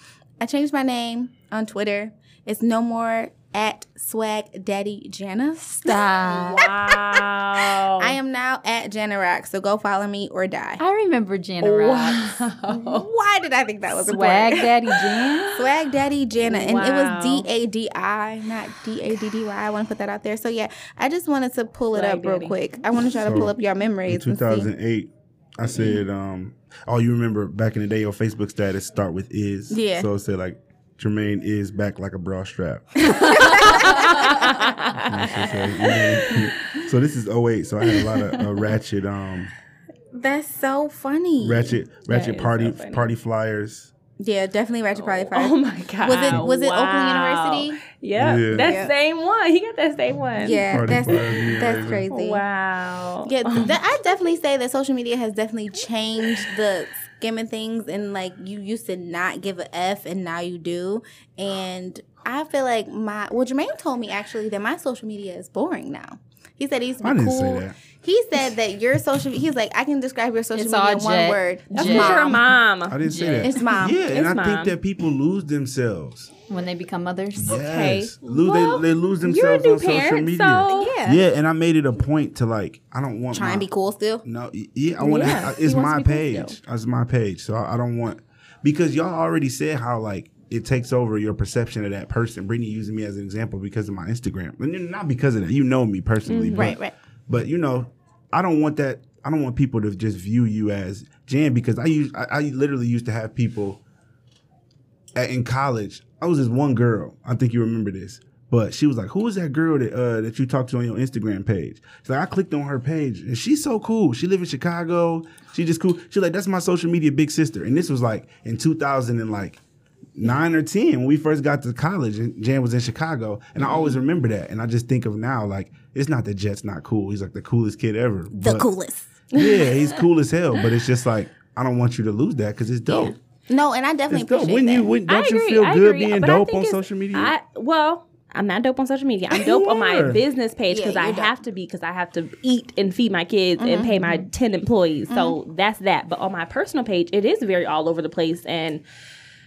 S6: I changed my name on Twitter. It's no more at Swag Daddy Jana.
S1: Stop.
S4: Wow.
S6: I am now at Jana Rock, so go follow me or die.
S1: I remember
S4: Oh,
S1: Jana Rock.
S4: Wow.
S6: Why did I think that was
S1: Swag
S6: important?
S1: Daddy Jan.
S6: Swag Daddy Jana, and it
S4: Wow.
S6: was D A D I, not D A D D Y. I want to put that out there. So yeah, I just wanted to pull it
S4: Swag
S6: up real
S4: Daddy.
S6: quick. I want to try to
S7: So,
S6: pull up your
S7: In
S6: memories. and see.
S7: 2008, I
S4: Mm-hmm.
S7: said, um, oh, you remember back in the day, your Facebook status start with is.
S6: Yeah.
S7: So it said like, Jermaine is back like a bra strap. And so it said, "Yeah." so this is 08, so I had a lot of uh, ratchet, um,
S6: That's so funny.
S7: ratchet, ratchet
S4: is
S7: party,
S4: so funny.
S7: party flyers.
S6: yeah, definitely Ratchet Party Fire.
S4: Oh my god.
S6: was it was it
S4: Wow.
S6: Oakland University?
S4: Yeah,
S7: Yeah.
S4: that
S6: Yeah.
S4: same one. He got that same one.
S6: Yeah,
S7: Party
S6: that's
S7: flyers, yeah,
S6: that's
S7: yeah.
S6: crazy.
S4: Oh, Wow.
S6: Yeah, th- that- I definitely say that social media has definitely changed the skim of things, and like you used to not give a f, and now you do. And I feel like my well, Jermaine told me actually that my social media is boring now. He said he used to
S7: I
S6: be
S7: didn't
S6: cool.
S7: say that.
S6: He said that your social. He's like, I can describe your social
S1: It's
S6: media
S1: all
S6: in one
S1: jet.
S6: word.
S4: That's
S1: Jet.
S4: what your mom.
S7: I didn't say
S1: Yeah.
S7: that.
S6: It's mom.
S7: Yeah, and
S4: It's
S7: I
S4: mom.
S7: think that people lose themselves.
S1: when they become mothers.
S4: Okay.
S7: Yes. Lose,
S4: Well,
S7: they, they lose
S4: You're a
S7: themselves
S4: new
S7: on social
S4: parent,
S7: media.
S4: so
S6: Yeah.
S7: yeah. and I made it a point to like, I don't want
S6: Trying
S7: my,
S6: to be cool still.
S7: No, y- yeah, I want to.
S4: Yeah,
S7: have
S4: he
S7: It's
S4: wants to
S7: my
S4: be cool
S7: page. It's my page. So I, I don't want because y'all already said how like it takes over your perception of that person. Brittany using me as an example because of my Instagram, and not because of that. You know me personally,
S4: Mm,
S7: but,
S6: right, right.
S7: But you know, I don't want that. I don't want people to just view you as Jan because I use I, I literally used to have people at, in college. I was this one girl. I think you remember this. But she was like, "Who is that girl that uh, that you talked to on your Instagram page?" She's like, "I clicked on her page, and she's so cool. She live in Chicago. She just cool. She's like, that's my social media big sister." And this was like in two thousand and like nine or ten when we first got to college and Jan was in Chicago and I always remember that and I just think of now like it's not that Jet's not cool he's like the coolest kid ever
S6: The
S7: but-
S6: coolest.
S7: yeah he's cool as hell but it's just like I don't want you to lose that because it's dope
S6: No, and I definitely
S7: it's dope
S6: appreciate
S7: when
S6: that.
S7: you wouldn't
S4: I
S7: don't you
S4: agree,
S7: feel
S4: I
S7: good
S4: agree,
S7: being
S4: but I
S7: dope
S4: think
S7: on
S4: it's-
S7: social media
S4: I, well, I'm not dope on social media. I'm dope on my
S7: Yeah.
S4: business page
S6: Yeah,
S4: because I
S6: you're dope.
S4: have to be because I have to eat and feed my kids and pay my
S6: Mm-hmm.
S4: ten employees. So that's that. But on my personal page, it is very all over the place and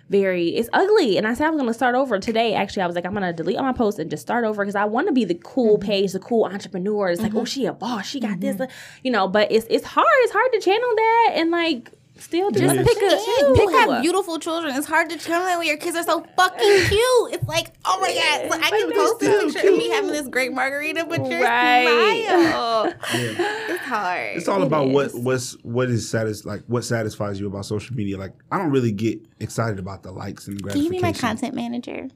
S4: very it's ugly. And I said I was gonna start over today. Actually, I was like I'm gonna delete all my posts and just start over because I want to be the cool
S6: Mm-hmm.
S4: page, the cool entrepreneur. It's like oh she a boss, she got this,
S6: Mm-hmm.
S4: you know. But it's it's hard. It's hard to channel that and like still do
S7: Just
S4: other
S7: pick
S4: shit.
S6: And you have
S4: Ew.
S6: beautiful children. It's hard to tell when your kids are so fucking cute. It's like, oh my god, so I can
S4: they're
S6: post
S7: still
S6: this picture of me
S7: cute.
S6: having this great margarita, but your
S4: Right.
S6: smile.
S7: Yeah.
S6: It's hard.
S7: It's all about what what's what is satis- like what satisfies you about social media. Like I don't really get excited about the likes and
S6: Can you
S7: gratification.
S6: be my content manager?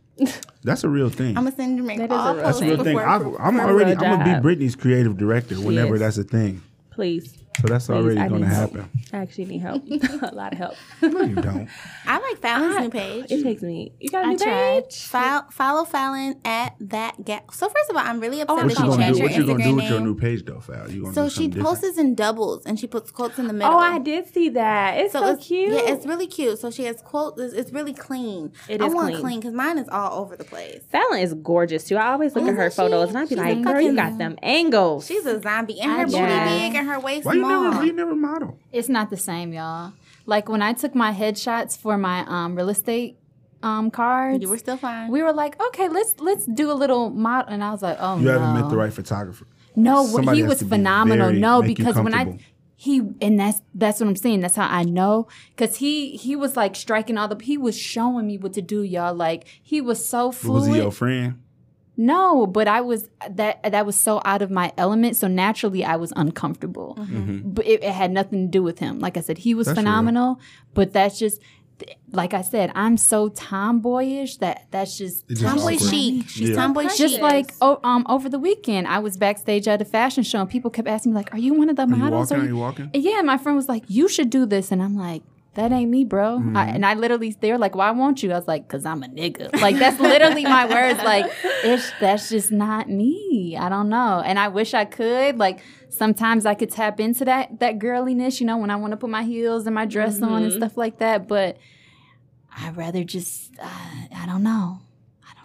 S7: That's a real thing.
S6: I'm gonna send you my
S4: That is a
S6: all
S4: real-
S6: posts
S7: that's a real thing.
S6: before
S7: I've,
S6: appro-
S7: I'm
S6: for
S7: already.
S4: real
S7: I'm gonna
S4: job.
S7: be Britney's creative director whenever
S4: is.
S7: that's a thing.
S4: Please.
S7: So that's already
S4: I
S7: going to
S4: need help.
S7: happen.
S4: I actually need help. a lot of help.
S7: No, you don't.
S6: I like Fallon's new page.
S4: It takes me. You got a
S1: I
S4: new
S1: tried.
S4: page?
S6: Fol- follow Fallon at that gap. So first of all, I'm really upset
S4: I
S7: What
S6: that
S7: you
S6: she
S7: gonna
S6: changed
S7: do?
S6: her
S7: What you gonna
S6: Instagram
S7: do with
S6: name.
S7: your new page though, Fal? You gonna
S6: so
S7: do
S6: she
S7: something different?
S6: posts in doubles and she puts quotes in the middle.
S4: Oh, I did see that. It's so,
S6: it's,
S4: cute.
S6: Yeah, it's really cute. So she has quotes. It's, it's really clean.
S4: It
S6: I
S4: is
S6: want
S4: clean.
S6: clean because mine is all over the place.
S4: Fallon is gorgeous too. I always look at her
S6: Isn't Oh, she?
S4: photos and I'd be
S6: She's
S4: like,
S6: a
S4: girl,
S6: fucking-
S4: you got them angles.
S6: She's a zombie, and her
S1: I
S6: booty
S1: guess.
S6: big and her waist
S7: Why you
S6: small.
S7: never? Why you never model?
S1: It's not the same, y'all. Like when I took my headshots for my um, real estate um, cards,
S6: You were still fine.
S1: we were like, okay, let's let's do a little model, and I was like, oh
S7: You
S1: no,
S7: haven't met the right photographer.
S1: no,
S7: Somebody
S1: he
S7: has
S1: was
S7: to be
S1: phenomenal.
S7: very-
S1: no,
S7: make you
S1: because when I
S7: comfortable.
S1: he and that's that's what I'm saying. That's how I know because he he was like striking all the. He was showing me what to do, y'all. Like he was so fluid.
S7: Was he your friend?
S1: No, but I was that that was so out of my element. So naturally, I was uncomfortable.
S6: Mm-hmm.
S1: But it, it had nothing to do with him. Like I said, he was
S7: That's
S1: phenomenal. But that's just th- like I said. I'm so tomboyish that that's just
S7: It just
S6: Tomboy
S7: awkward.
S6: chic. She's
S7: Yeah.
S6: tomboy chic.
S1: just like oh, um over the weekend, I was backstage at a fashion show, and people kept asking me like, "Are you one of the
S7: Are you
S1: models?"
S7: walking? Are you walking?
S1: And Yeah, my friend was like, "You should do this," and I'm like, "That ain't me, bro."
S7: Mm-hmm.
S1: I, and I literally, they were like, "Why won't you?" I was like, "Cause I'm a nigga." Like that's literally my words. Like it's that's just not me. I don't know, and I wish I could. Like sometimes I could tap into that that girliness, you know, when I want to put my heels and my dress on and stuff like that. But I'd rather just, uh, I don't know.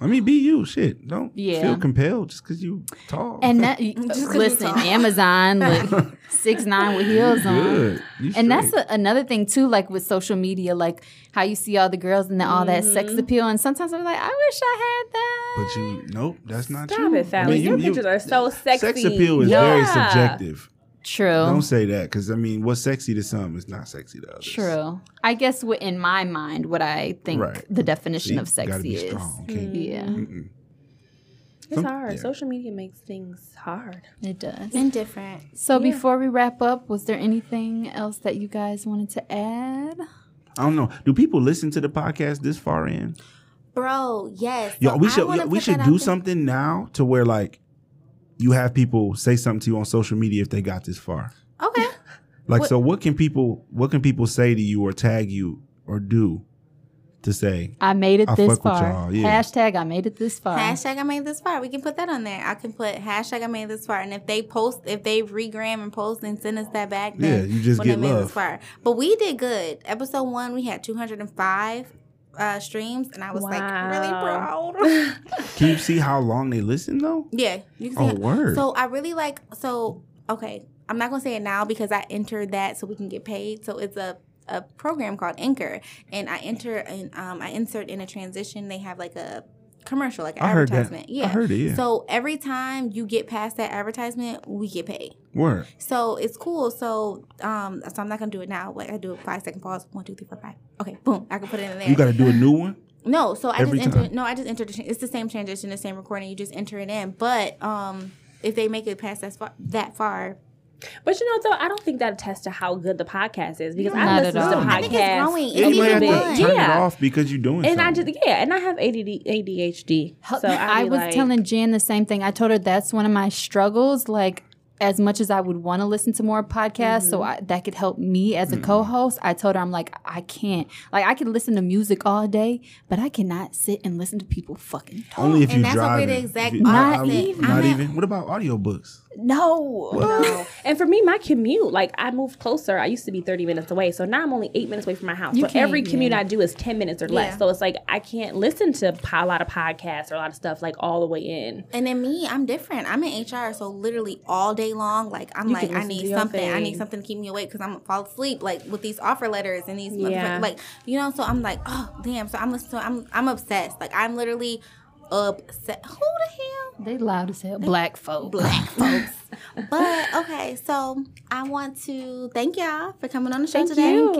S7: I mean, be you. Shit, don't
S1: Yeah.
S7: feel compelled just because you tall.
S1: And that,
S6: 'cause you
S1: listen,
S6: tall.
S1: Amazon like six nine with heels on.
S7: good. You
S1: And that's
S7: straight.
S1: a, another thing too, like with social media, like how you see all the girls and the, all that sex appeal. And sometimes I'm like, I wish I had that.
S7: But you, nope, that's not
S4: Stop
S7: you.
S4: it, Fallon. Your pictures are so sexy.
S7: Sex appeal is
S4: Yeah.
S7: very subjective.
S1: True.
S7: Don't say that because I mean, what's sexy to some is not sexy to others.
S1: True. I guess what in my mind, what I think
S7: Right.
S1: the definition
S7: You
S1: of
S7: gotta
S1: sexy
S7: be
S1: is. Mm-hmm.
S7: strong. Can't,
S1: Yeah,
S7: Mm-mm.
S4: It's
S7: Some-
S4: hard.
S7: yeah.
S4: Social media makes things hard.
S1: Mm, it does.
S6: indifferent.
S1: So before we wrap up, was there anything else that you guys wanted to add?
S7: I don't know. Do people listen to the podcast this far in?
S6: Bro, yes.
S7: Yo,
S6: So
S7: we
S6: I
S7: should
S6: wanna
S7: yo, we
S6: put
S7: should
S6: that out
S7: do
S6: there.
S7: something now to where like you have people say something to you on social media if they got this far.
S6: Okay.
S7: Like,
S6: What-
S7: so what can people what can people say to you or tag you or do to say?
S1: I made it
S7: I
S1: this
S7: fuck with
S1: far.
S7: y'all, yeah.
S1: Hashtag I made it this far.
S6: Hashtag I made this far. We can put that on there. I can put hashtag I made this far. And if they post, if they regram and post and send us that back, then
S7: Yeah, you just
S6: when I
S7: get
S6: made this
S7: love.
S6: far. But we did good. Episode one, we had 205 uh, streams, and I was like, really,
S4: Wow.
S6: bro?
S7: Can you see how long they listen though?
S6: yeah, you can
S7: Oh,
S6: see it.
S7: word.
S6: So I really like. So okay, I'm not gonna say it now because I entered that so we can get paid. So it's a a program called Anchor, and I enter and um, I insert in a transition. They have like a commercial, like an
S7: I heard that.
S6: advertisement. Yeah.
S7: I heard it. Yeah.
S6: So every time you get past that advertisement, we get paid.
S7: word.
S6: So it's cool. So um, so I'm not gonna do it now. Like I do a five second pause. One, two, three, four, five. Okay, boom. I can put it in there.
S7: You got to do a new one.
S6: No, so I
S7: Every
S6: just entered.
S7: time.
S6: No, I just entered. The, tran- it's the same transition, the same recording. You just enter it in. But um, if they make it past that far, that far,
S4: But you know, though, I don't think that attests to how good the podcast is because I
S1: Not
S4: listen
S1: at
S4: to
S1: all.
S4: podcasts.
S1: I
S6: think it's growing. It's
S4: a
S7: You might have
S4: little
S7: to
S6: fun.
S4: bit.
S7: turn
S4: yeah.
S7: it off because you're doing.
S4: And I
S7: something.
S4: just yeah, and I have ADD, ADHD. So
S1: Uh, I,
S4: I,
S1: was
S4: like,
S1: telling Jan the same thing. I told her that's one of my struggles. Like, as much as I would want to listen to more podcasts, so I, that could help me as a
S7: Mm-hmm.
S1: co-host. I told her I'm like I can't. Like I could listen to music all day, but I cannot sit and listen to people fucking talk.
S7: only if
S6: And
S7: you
S6: that's what we're
S7: drive.
S6: the exact
S1: Not
S7: not
S1: even.
S7: even. Not even. What about audiobooks?
S1: No,
S6: no.
S4: And for me, my commute, like I moved closer. I used to be 30 minutes away. So now I'm only eight minutes away from my house.
S1: You
S4: so every
S1: can't,
S4: commute I do is 10 minutes or less.
S6: Yeah.
S4: So it's like I can't listen to po- a lot of podcasts or a lot of stuff like all the way in.
S6: And then me, I'm different. I'm in HR, so literally all day long, like I'm
S4: You
S6: like,
S4: can
S6: I
S4: listen to
S6: need
S4: your
S6: something. I need
S4: thing.
S6: something to keep me awake because I'm gonna fall asleep, like with these offer letters and these, motherfuck-
S4: Yeah.
S6: like you know. So I'm like, oh damn. So I'm listening. To, I'm I'm obsessed. Like I'm literally upset. Who the hell?
S1: they loud as hell. Black folk.
S6: black folks. But okay, so I want to thank y'all for coming on the show today.
S4: you.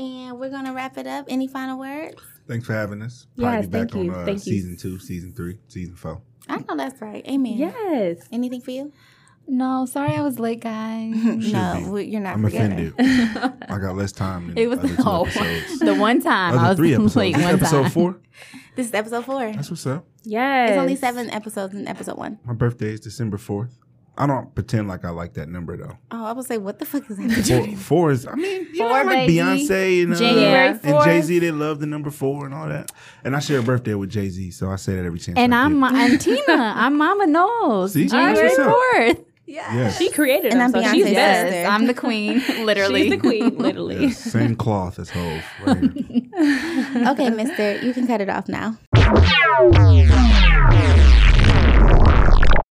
S6: And we're gonna wrap it up. Any final words?
S7: Thanks for having us.
S4: Yes,
S7: be
S4: thank you.
S7: on uh,
S4: Thank you.
S7: season two, season three, season four.
S6: I know that's right. Amen.
S4: Yes.
S6: Anything for you?
S1: No, sorry I was late, guys.
S7: Should
S6: no,
S7: be.
S6: we- you're not.
S7: Oh, I'm
S6: forgetting.
S7: offended. I got less time. Than
S1: It was
S7: other two
S1: no.
S7: episodes.
S1: the one time I
S7: Other
S1: was
S7: three episodes.
S1: late.
S7: This is
S1: One
S7: episode
S1: time.
S7: four.
S6: This is episode four.
S7: That's what's up.
S4: Yes.
S6: It's only seven episodes in episode one.
S7: My birthday is December fourth. I don't pretend like I like that number though.
S6: Oh, I was like, what the fuck is that?
S7: Four, four is. I mean, you
S1: Four,
S7: know, like
S1: baby.
S7: Beyonce and uh,
S1: January
S7: and
S1: 4th.
S7: Jay Z. They love the number four and all that. And I share a birthday with Jay Z, so I say that every chance.
S1: And
S7: I
S1: I'm
S7: get.
S1: I'm Tina. I'm Mama Knowles.
S7: See?
S1: January
S7: That's what's
S1: fourth.
S7: yes.
S4: She created
S6: And
S4: them,
S6: I'm
S4: so she's
S6: Beyonce's
S4: best.
S6: sister.
S1: Yes, I'm the queen. Literally,
S4: She's the queen, literally.
S7: Yes, same cloth as Hove. Right here.
S6: okay, mister, you can cut it off now.